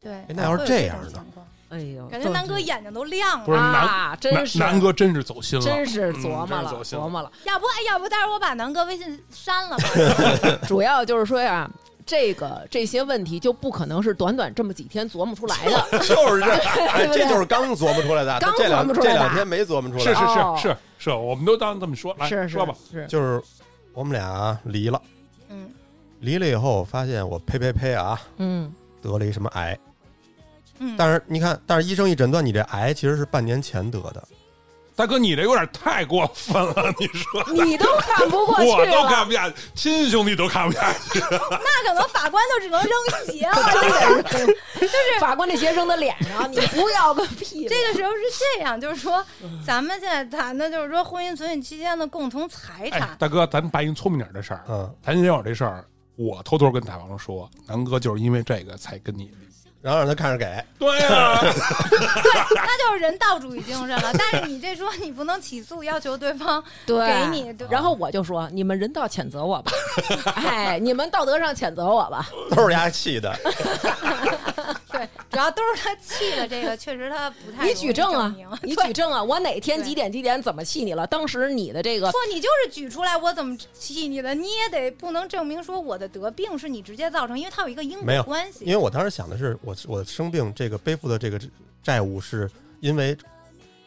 对，
哎那要是
会有
这
种
样呢
情况，
哎呦，
感觉南哥眼睛都亮了
不。是南
啊，
南
真是
南哥真是走心了
真，是琢
嗯
磨
真是
了，
走心
琢磨了。
要不，哎，要不，待会儿我把南哥微信删了吧。
[LAUGHS]
主要哦就是说呀，这个这些问题就不可能是短短这么几天琢磨出来
[LAUGHS]
的。
就是这，
[LAUGHS]
哎，这就是刚琢磨出来的，
刚
这两
琢磨出来的
这两天没琢磨出来。
是是
哦
是是是，我们都当这么说，来
是是
说吧，， [LAUGHS]
是
就是我们俩离了，
嗯，
离了以后，我发现我呸呸呸啊，
嗯
得了一什么癌。
嗯，
但是你看，但是医生一诊断，你这癌其实是半年前得的。
大哥，你这有点太过分了，你说
你都看不过去
我都
了，
看不下去，亲兄弟都看不下去，
那可能法官就只能扔鞋啊了。
[LAUGHS] 真的是，就是法官这些扔在脸上，你不要个屁！嗯
这个时候是这样，就是说，咱们现在谈的就是说婚姻存续期间的共同财
哎
产，。
大哥，咱办一聪明点的事儿，
嗯，
谭先生这事儿，我偷偷跟大王说，南哥就是因为这个才跟你离，
然后让他看着给，
对
啊
呀、
那就是人道主义精神了。 [LAUGHS] 但是你这说你不能起诉要求对方
对，
给
啊
你对
然后我就说，你们人道谴责我吧， [LAUGHS] 哎，你们道德上谴责我吧。
都是他气
[LAUGHS]
的。
对，主要都是他气的这个，确实他不太
你举证啊
容易明，
你举证啊！我哪天
对
几点几点怎么气你了？当时你的这个
不，你就是举出来，我怎么气你的？你也得不能证明说我的得病是你直接造成，因为它有一个因
没有
果关系。
因为我当时想的是，我我生病这个背负的这个债务，是因为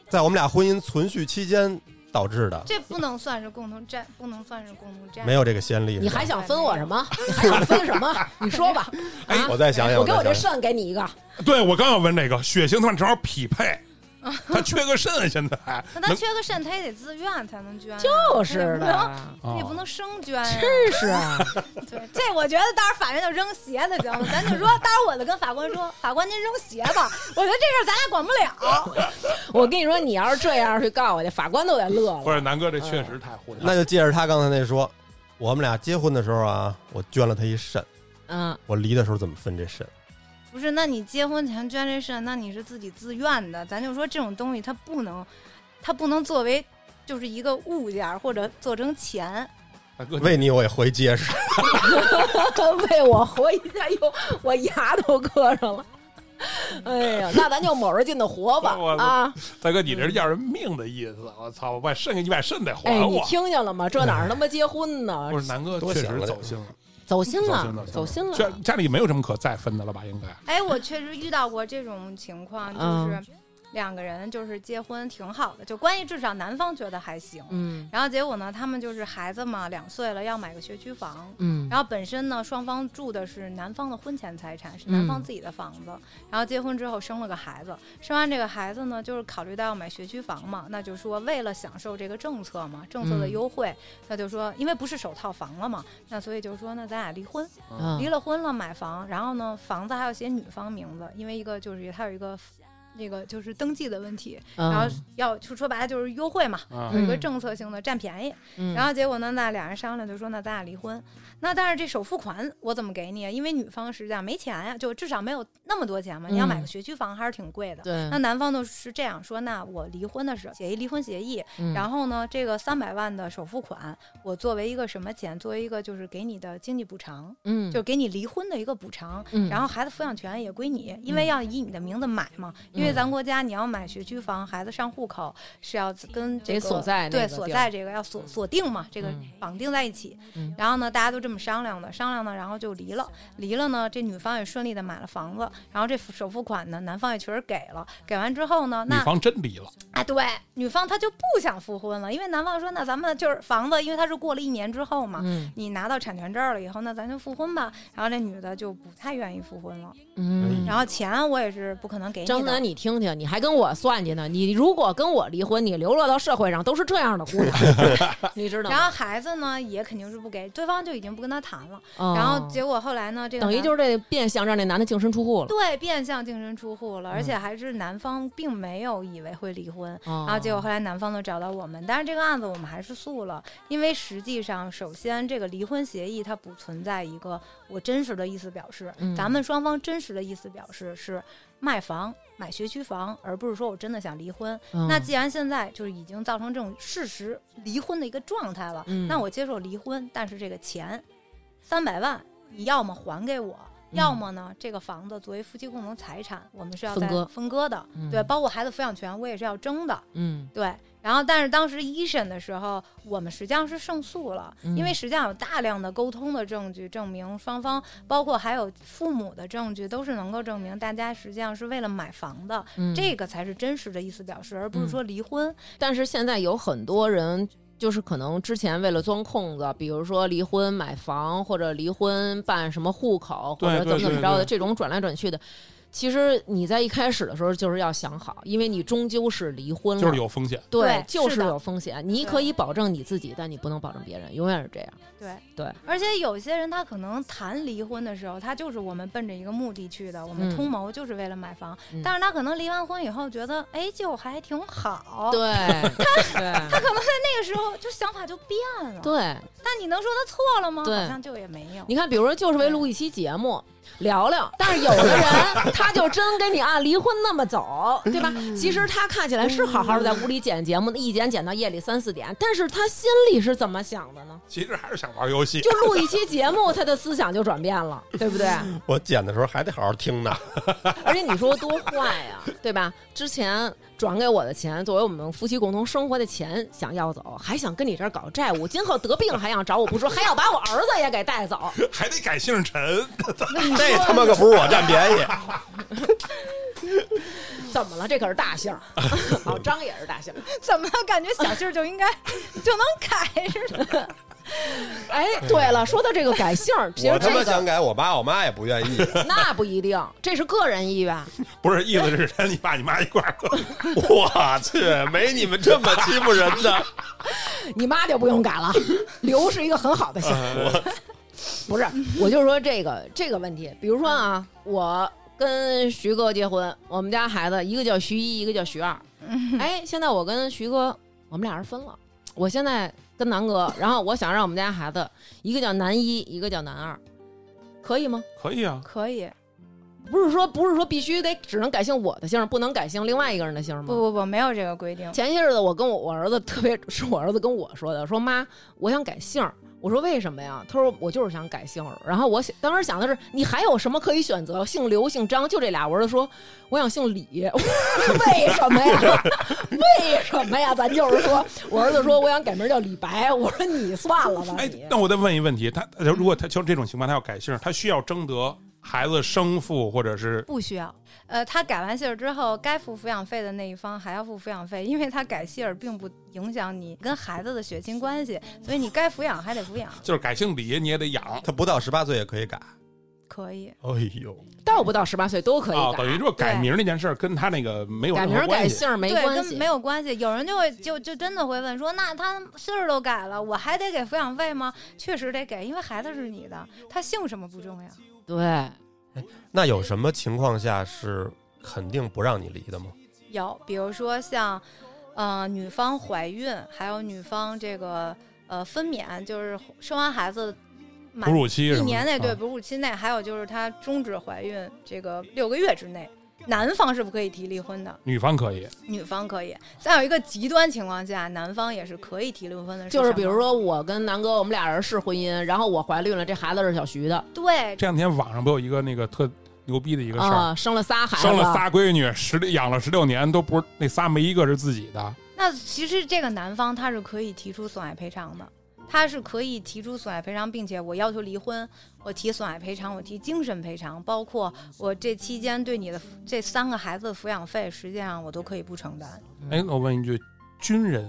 在我们俩婚姻存续期间导致的，
这不能算是共同债，不能算是共同债。
没有这个先例。
你还想分我什么？你还想分什 [LAUGHS] 么？你说吧，啊
哎我，再想想，
我给我
再
这
想想
肾给你一个，
[LAUGHS] 对我刚要问这个，血型他正好匹配，他缺个肾现在，
那他
能
缺个肾，他也得自愿才能捐啊，
就是
他
的，
啊
也不能，
哦
他也不能生捐呀。
真是啊，
对，这我觉得到时候法院就扔鞋子行了，咱就说，到时候我就跟法官说，法官您扔鞋吧，我觉得这事儿咱俩管不了。
我跟你说，你要是这样去告我去，法官都得乐
不
了。
是南哥这确实太混
那
了。
就借着他刚才那说，我们俩结婚的时候啊，我捐了他一肾，
[LAUGHS] 嗯，
我离的时候怎么分这肾？
[LAUGHS] 不是，那你结婚前捐这肾，那你是自己自愿的，咱就说这种东西它不能，它不能作为就是一个物件儿或者做成钱。
大哥，
为你我也回结实。
为我活一下，哟，我牙都硌上了。哎呀，那咱就卯着劲的活吧
我
啊！
大哥，你这是要人命的意思！我操，我把肾给你，把肾得还
哎，你
我。
听见了吗？这哪儿他妈结婚呢
不？是南哥，
多
确
想
实
了
走
点
心了，
走心
走
了嗯
心了，，
走心了。
家家里没有什么可再分的了吧？应该
哎，我确实遇到过这种情况，就是
嗯
两个人就是结婚挺好的，就关系至少男方觉得还行。
嗯
然后结果呢，他们就是孩子嘛，两岁了要买个学区房，
嗯
然后本身呢，双方住的是男方的婚前财产，是男
嗯
方自己的房子。然后结婚之后生了个孩子，生完这个孩子呢，就是考虑到要买学区房嘛，那就说为了享受这个政策嘛，政策的
嗯
优惠，那就说因为不是首套房了嘛，那所以就说那咱俩离婚，
嗯
离了婚了买房，然后呢，房子还要写女方名字，因为一个就是它有一个那个就是登记的问题，然后要就说白了就是优惠嘛，
啊
有一个
嗯
政策性的占便宜。
嗯
然后结果呢，那俩人商量就说，那咱俩离婚。那但是这首付款我怎么给你啊？因为女方实际上没钱呀、就至少没有那么多钱嘛。你要买
嗯
个学区房还是挺贵的。
对
那，男方呢是这样说，那我离婚的时候写一离婚协议，
嗯
然后呢，这个三百万的首付款，我作为一个什么钱？作为一个就是给你的经济补偿，
嗯
就给你离婚的一个补偿。
嗯
然后孩子抚养权也归你，因为要以你的名字买嘛，因
嗯
为咱国家你要买学区房，孩子上户口是要跟这
得
个
所在那
对
个
所
地儿
在这个要锁锁定嘛，这个
嗯
绑定在一起
嗯。
然后呢，大家都这么商量的，商量呢，然后就离了，离了呢，这女方也顺利的买了房子，然后这首付款呢，男方也确实给了，给完之后呢，
女
那
方真离了，
啊，对，女方她就不想复婚了，因为男方说，那咱们就是房子，因为他是过了一年之后嘛，
嗯
你拿到产权证了以后，那咱就复婚吧。然后这女的就不太愿意复婚了，
嗯
然后钱我也是不可能给你
张楠，
的。
你听听，你还跟我算计呢？你如果跟我离婚，你流落到社会上都是这样的姑娘，你知道
然
吗？
后孩子呢，也肯定是不给，对方就已经不跟他谈了。
哦
然后结果后来呢，这个
等于
男
就是这变相让这男的净身出户了。嗯
对变相净身出户了，而且还是男方并没有以为会离婚，
然
然后结果后来男方就找到我们，但是这个案子我们还是诉了，因为实际上首先这个离婚协议它不存在一个我真实的意思表示，
嗯
咱们双方真实的意思表示是卖房买学区房，而不是说我真的想离婚。 [LAUGHS]
嗯
那既然现在就是已经造成这种事实离婚的一个状态了，
嗯
那我接受离婚，但是这个钱三百万你要么还给我。要么呢，这个房子作为夫妻共同财产，我们是要
嗯分
再
割
分割的，
嗯
对，包括孩子抚养权，我也是要争的。
嗯
对，然后但是当时一审的时候，我们实际上是胜诉了，因
嗯
为实际上有大量的沟通的证据证明双方，包括还有父母的证据，都是能够证明大家实际上是为了买房的，
嗯
这个才是真实的意思表示，而不是说离婚。
但是现在有很多人。就是可能之前为了钻空子，比如说离婚买房，或者离婚办什么户口，或
对
者怎么
对
怎么
对
着的，
对
这种转来转去的，其实你在一开始的时候就是要想好，因为你终究是离
嗯
婚了，
就是有风险。
对
对，
就是
的
有风险。你可以保证你自己，但你不能保证别人，永远是这样。
对
对，
而且有些人他可能谈离婚的时候，他就是我们奔着一个目的去的，我们
嗯
通谋就是为了买房，
嗯
但是他可能离完婚以后觉得，哎，就还挺好，
对
[LAUGHS]
对
那个时候就想法就变了。
对， [LAUGHS]
但你能说他错了吗？
对
好像就也没有。
你看，比如说，就是为录一期节目，
聊聊。但是有的人他就真跟你按离婚那么走，对吧？其实他看起来是好好的在屋里剪节目的，一剪剪到夜里三四点，但是他心里是怎么想的呢？
其实还是想玩游戏
就。录一期节目，他的思想就转变了，对不对？
我剪的时候还得好好听呢。
而且你说多坏呀、对吧？之前转给我的钱，作为我们夫妻共同生活的钱，想要走，还想跟你这儿搞债务，今后得病还想找我不说，还要把我儿子也给带走。
还得改姓陈，
这他妈可不是我占便宜，
怎么了？这可是大姓儿， [LAUGHS] 老张也是大姓儿。
怎么感觉小姓儿就应该 [LAUGHS] 就能改似
[LAUGHS]
的？
哎，对了，说到这个改姓
[LAUGHS]
儿，其
我
实
他
这
妈想
个
改，我爸我妈也不愿意。
那不一定，这是个人意愿。
[LAUGHS] 不是意思是跟你爸你妈一块儿 [LAUGHS] 过。
我去， [LAUGHS] 没你们这么欺负人的。
你妈就不用改
[LAUGHS]
了，刘是一个很好的姓
啊
儿。
呃
不是，我就是说这个这个问题，比如说啊，我跟徐哥结婚，我们家孩子一个叫徐一，一个叫徐二。哎，现在我跟徐哥，我们俩人分了。我现在跟南哥，然后我想让我们家孩子一个叫南一，一个叫南二，可以吗？
可以啊，
可以，
不是说不是说必须得只能改姓我的姓儿，不能改姓另外一个人的姓儿吗？
不不不，没有这个规定。
前些日子我跟我我儿子特别是我儿子跟我说的，说妈，我想改姓儿。我说为什么呀？他说我就是想改姓儿。然后我想当时想的是，你还有什么可以选择？姓刘、姓张，就这俩。我儿子说我想姓李， [LAUGHS] 我说为什么呀？ [LAUGHS] 为什么呀？咱就是说，我儿子说我想改名叫李白。我说你算了吧
哎
你，。啊
那我再问一问题，他他如果他就这种情况，他要改姓，他需要征得孩子生父或者是
不需要，呃，他改完姓儿之后，该付抚养费的那一方还要付抚养费，因为他改姓儿并不影响你跟孩子的血亲关系，所以你该抚养还得抚养，
就是改姓李你也得养啊、
[LAUGHS] 他不到十八岁也可以改。
可以。
哎呦，
到不到十八岁都可以改，
啊等于说改名那件事儿跟他那个没有
改
任
名
何
儿改
关系。
姓儿没
对，
关
跟
系
没。有关系。有人就会就就真的会问说，那他姓儿都改了，我还得给抚养费吗？确实得给，因为孩子是你的，他姓什么不重要。
对，
那有什么情况下是肯定不让你离的吗？
有，比如说像，呃，女方怀孕，还有女方这个呃分娩，就是生完孩子满
哺乳期
一
是吗
年内对
啊
哺乳期内，还有就是她终止怀孕这个六个月之内，男方是不可以提离婚的，
女方可以，
女方可以。再有一个极端情况下，男方也是可以提离婚的，
就是
什
比如
么，
说我跟南哥，我们俩人是婚姻，然后我怀孕了，这孩子是小徐的，
对
这两天网上不有一个那个特牛逼的一个事儿、
啊、生了仨孩子，
生了仨闺女，十六养了十六年，都不是那仨没一个是自己的。
那其实这个男方他是可以提出损害赔偿的，他是可以提出损害赔偿，并且我要求离婚，我提损害赔偿，我提精神赔偿，包括我这期间对你的这三个孩子的抚养费，实际上我都可以不承担。
嗯
哎，那我问一句，军人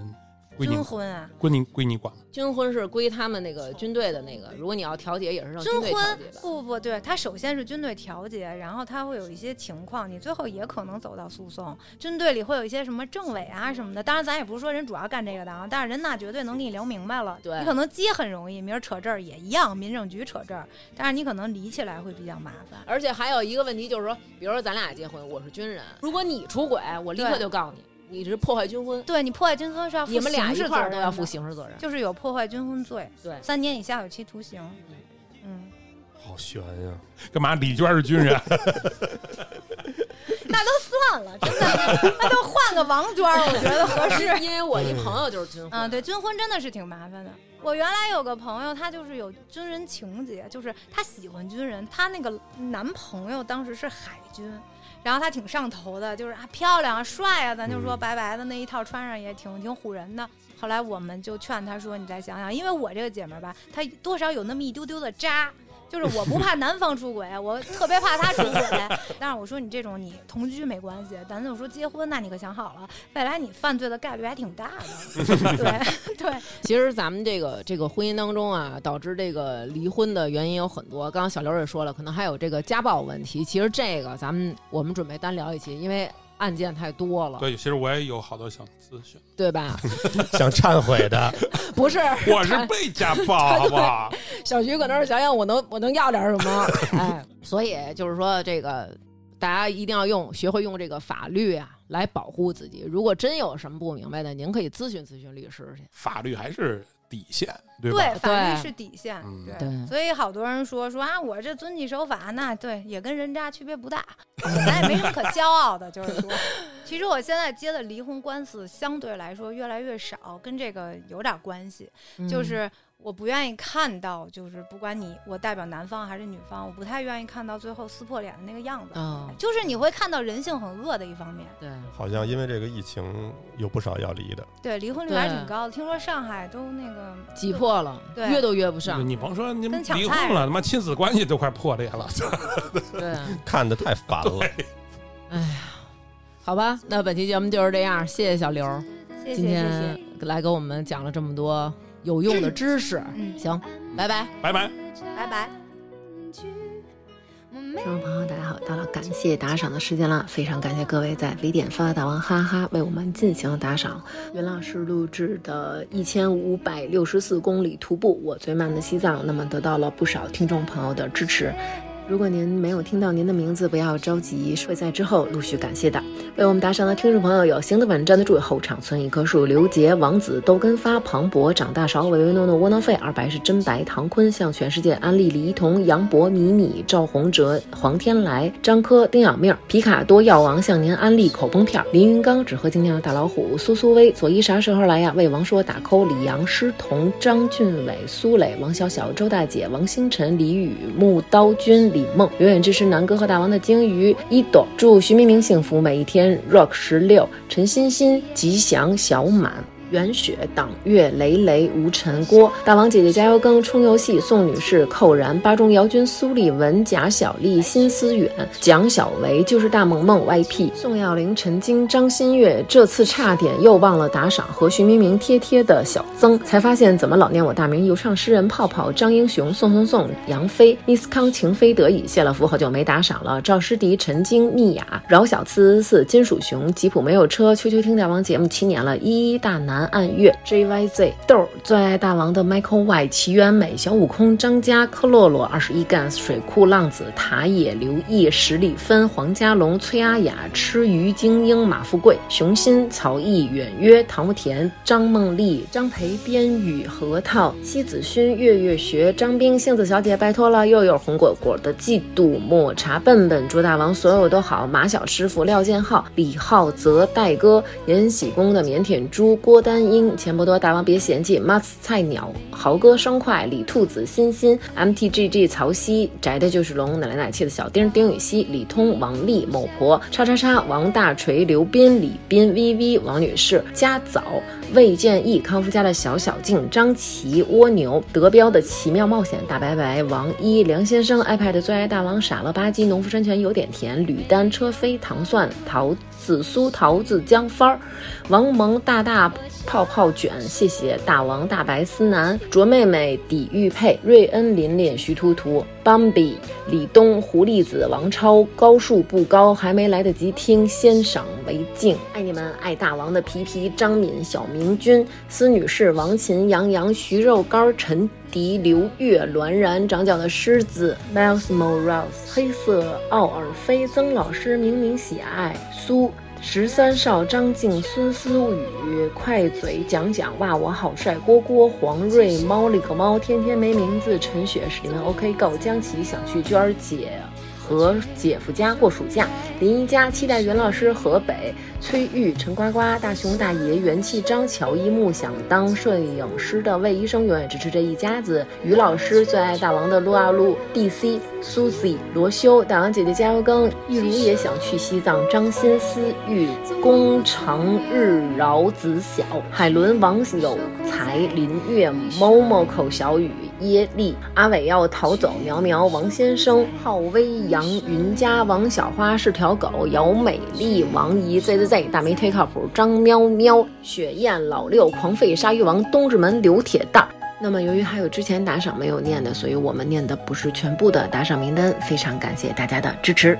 归你
军婚啊，
归你归你管吗？
军婚是归他们那个军队的那个，如果你要调解，也是让
军
军队调
婚
解吧。
不不不对，他首先是军队调解，然后他会有一些情况，你最后也可能走到诉讼。军队里会有一些什么政委啊什么的，当然咱也不是说人主要干这个的啊，但是人那绝对能给你聊明白了。
对
你可能接很容易，明儿扯这儿也一样，民政局扯这儿，但是你可能离起来会比较麻烦。
而且还有一个问题就是说，比如说咱俩结婚，我是军人，如果你出轨，我立刻
对
就告你，你是破坏军婚，
对你破坏军婚是要负
你们俩
刑
一
事
块儿
责
都
任
要
的
负，刑事责任。
就是有破坏军婚罪，
对
三年以下有期徒刑。嗯，
好悬呀！
干嘛？李娟是
[LAUGHS]
军人，
那都算了，真的，那就换个王娟儿，我觉得合适。
因为我一朋友就是军婚，
啊，对，军婚真的是挺麻烦的。我原来有个朋友，她就是有军人情节，就是她喜欢军人，她那个男朋友当时是海军，然后她挺上头的，就是啊漂亮啊帅啊，咱就说
嗯
白白的那一套穿上也挺挺唬人的。后来我们就劝她说：“你再想想，因为我这个姐们儿吧，她多少有那么一丢丢的渣。”就是我不怕男方出轨，我特别怕他出轨。 [LAUGHS] 但是我说你这种你同居没关系，咱就说结婚，那你可想好了，未来你犯罪的概率还挺大 [LAUGHS] 的。对对，
其实咱们这个这个婚姻当中啊，导致这个离婚的原因有很多。刚刚小刘也说了，可能还有这个家暴问题。其实这个咱们我们准备单聊一期，因为案件太多了，
对，其实我也有好多想
[LAUGHS]
咨询，
对吧？
想忏悔的，
不是，
[LAUGHS] 我是被家
[LAUGHS]
暴，好不好？
小徐搁那儿想想我能我能要点什么，
[LAUGHS]
哎，所以就是说这个大家一定要用学会用这个法律啊来保护自己。如果真有什么不明白的，您可以咨询咨询律师去。
法律还是底线，对吧？
对，法律
对
是底线
嗯，
对。
对，
所以好多人说说啊，我这遵纪守法，那对也跟人渣区别不大，咱也没什么可骄傲的。就是 [LAUGHS] 说，其实我现在接的离婚官司相对来说越来越少，跟这个有点关系。
嗯
就是我不愿意看到，就是不管你我代表男方还是女方，我不太愿意看到最后撕破脸的那个样子。
啊，
就是你会看到人性很恶的一方面，
对，
[LAUGHS] 好像因为这个疫情有不少要离的，
对离婚率还是
对
挺高的。听说上海都那个
挤，破了，
啊对
约都约不上，
你甭说你们
跟抢
离
菜
婚了，他妈亲子关系都快破裂了。
对，
看的太烦了。
哎呀，好吧，那本期节目就是这样，谢谢小刘，
谢谢
今
谢
天
谢，
来给我们讲了这么多有用的知识，
嗯，
行，拜拜。
拜拜。
拜拜。
听众朋友，大家好！到了感谢打赏的时间了，非常感谢各位在微点发大王哈哈为我们进行了打赏。袁老师录制的一千五百六十四公里徒步，我最慢的西藏，那么得到了不少听众朋友的支持。如果您没有听到您的名字，不要着急，会在之后陆续感谢的。为我们打赏的听众朋友有：行得稳，站得住，后场村一棵树，刘杰、王子、窦根发、庞博、长大勺、唯唯诺诺、窝囊废、二白是真白、唐坤向全世界安利李一桐、杨博、米米、赵宏哲、黄天来、张科、丁小命、皮卡多、药王向您安利口崩片、林云刚、只喝精酿的大老虎、苏苏威、左一啥时候来呀？魏王说打 call、李阳、师彤、张俊伟、苏磊、王小小、周大姐、王星辰、李宇、木刀君、李梦，永远支持南哥和大王的鲸鱼一朵，祝徐明明幸福每一天。Rock 十六、陈欣欣、吉祥、小满。袁雪、党月、雷雷、吴晨、郭、大王姐姐加油更、冲游戏、宋女士、寇然、巴中姚军、苏立文、贾小丽、辛思远、蒋小维，就是大萌萌 YP、宋耀玲、陈晶、张馨月，这次差点又忘了打赏和徐明明贴贴的小曾，才发现怎么老念我大名，游唱诗人泡泡、张英雄、宋宋宋、杨飞、Miss 康、情非得已、谢了福，好久没打赏了，赵诗迪、陈晶、妮雅、啊饶小四四、金属熊、吉普没有车、秋秋听大王节目七年了，一一大南暗月、JYZ 豆儿最爱大王的 Michael Y、齐元美、小悟空、张家、科洛洛、二十一 Gans、水库浪子、塔野、刘毅、史里芬、黄家龙、崔阿雅、吃鱼精英、马富贵、熊心、曹毅、远约、唐木田、张梦丽、张培、边宇、核桃、西子勋、月月学、张冰、杏子小姐，拜托了，又有红果果的嫉妒、抹茶笨笨、朱大王，所有都好，马小师傅、廖建浩、李浩泽、戴哥、延禧宫的腼腆猪、郭丹英、钱伯多、大王别嫌弃、Mas 菜鸟、豪哥生快、李兔子、欣欣、MTGG、曹曦、宅的就是龙、奶来奶气的小丁、丁禹兮、李通、王丽、某婆、叉叉叉、王大锤、刘斌、李斌、VV、王女士、家早、魏建义、康夫家的小小静、张琪、蜗牛、德彪的奇妙冒险、大白白、王一、梁先生、iPad 最爱大王、傻了吧唧、农夫山泉有点甜、吕丹、车飞、糖蒜、桃子酥、桃子姜番儿、王萌、大大泡泡卷，谢谢大王、大白、思南、卓妹妹、抵玉佩、瑞恩、琳琳、徐图图、Bambi、李东、狐狸子、王超、高数不高，还没来得及听，先赏为敬。爱你们，爱大王的皮皮、张敏、小明君、司女士、王琴、杨洋、徐肉干、陈迪、刘月、栾然、长角的狮子、Miles Morales、黑色奥尔菲、曾老师、明明喜爱、苏。十三少张静、孙思雨、快嘴讲讲哇，我好帅！郭郭、黄瑞、猫里个猫、天天没名字、陈雪是你们 OK Go、江琪想去娟儿姐和姐夫家过暑假，林一家期待袁老师河北，崔玉、陈呱呱、大熊大爷、元气张、乔一木想当摄影师的魏医生永远支持这一家子，于老师最爱大王的撸啊撸，DC、Susie、罗修、大王姐姐加油更，玉如也想去西藏，张欣思玉、宫城日饶子晓、海伦王有才、林月、某某口小雨。耶利、阿伟要逃走，苗苗、王先生、浩威、杨云佳、王小花是条狗，姚美丽、王怡、Z Z Z、大梅忒靠谱、张喵喵、雪燕、老六、狂吠鲨鱼王、东直门、刘铁蛋儿。那么，由于还有之前打赏没有念的，所以我们念的不是全部的打赏名单，非常感谢大家的支持。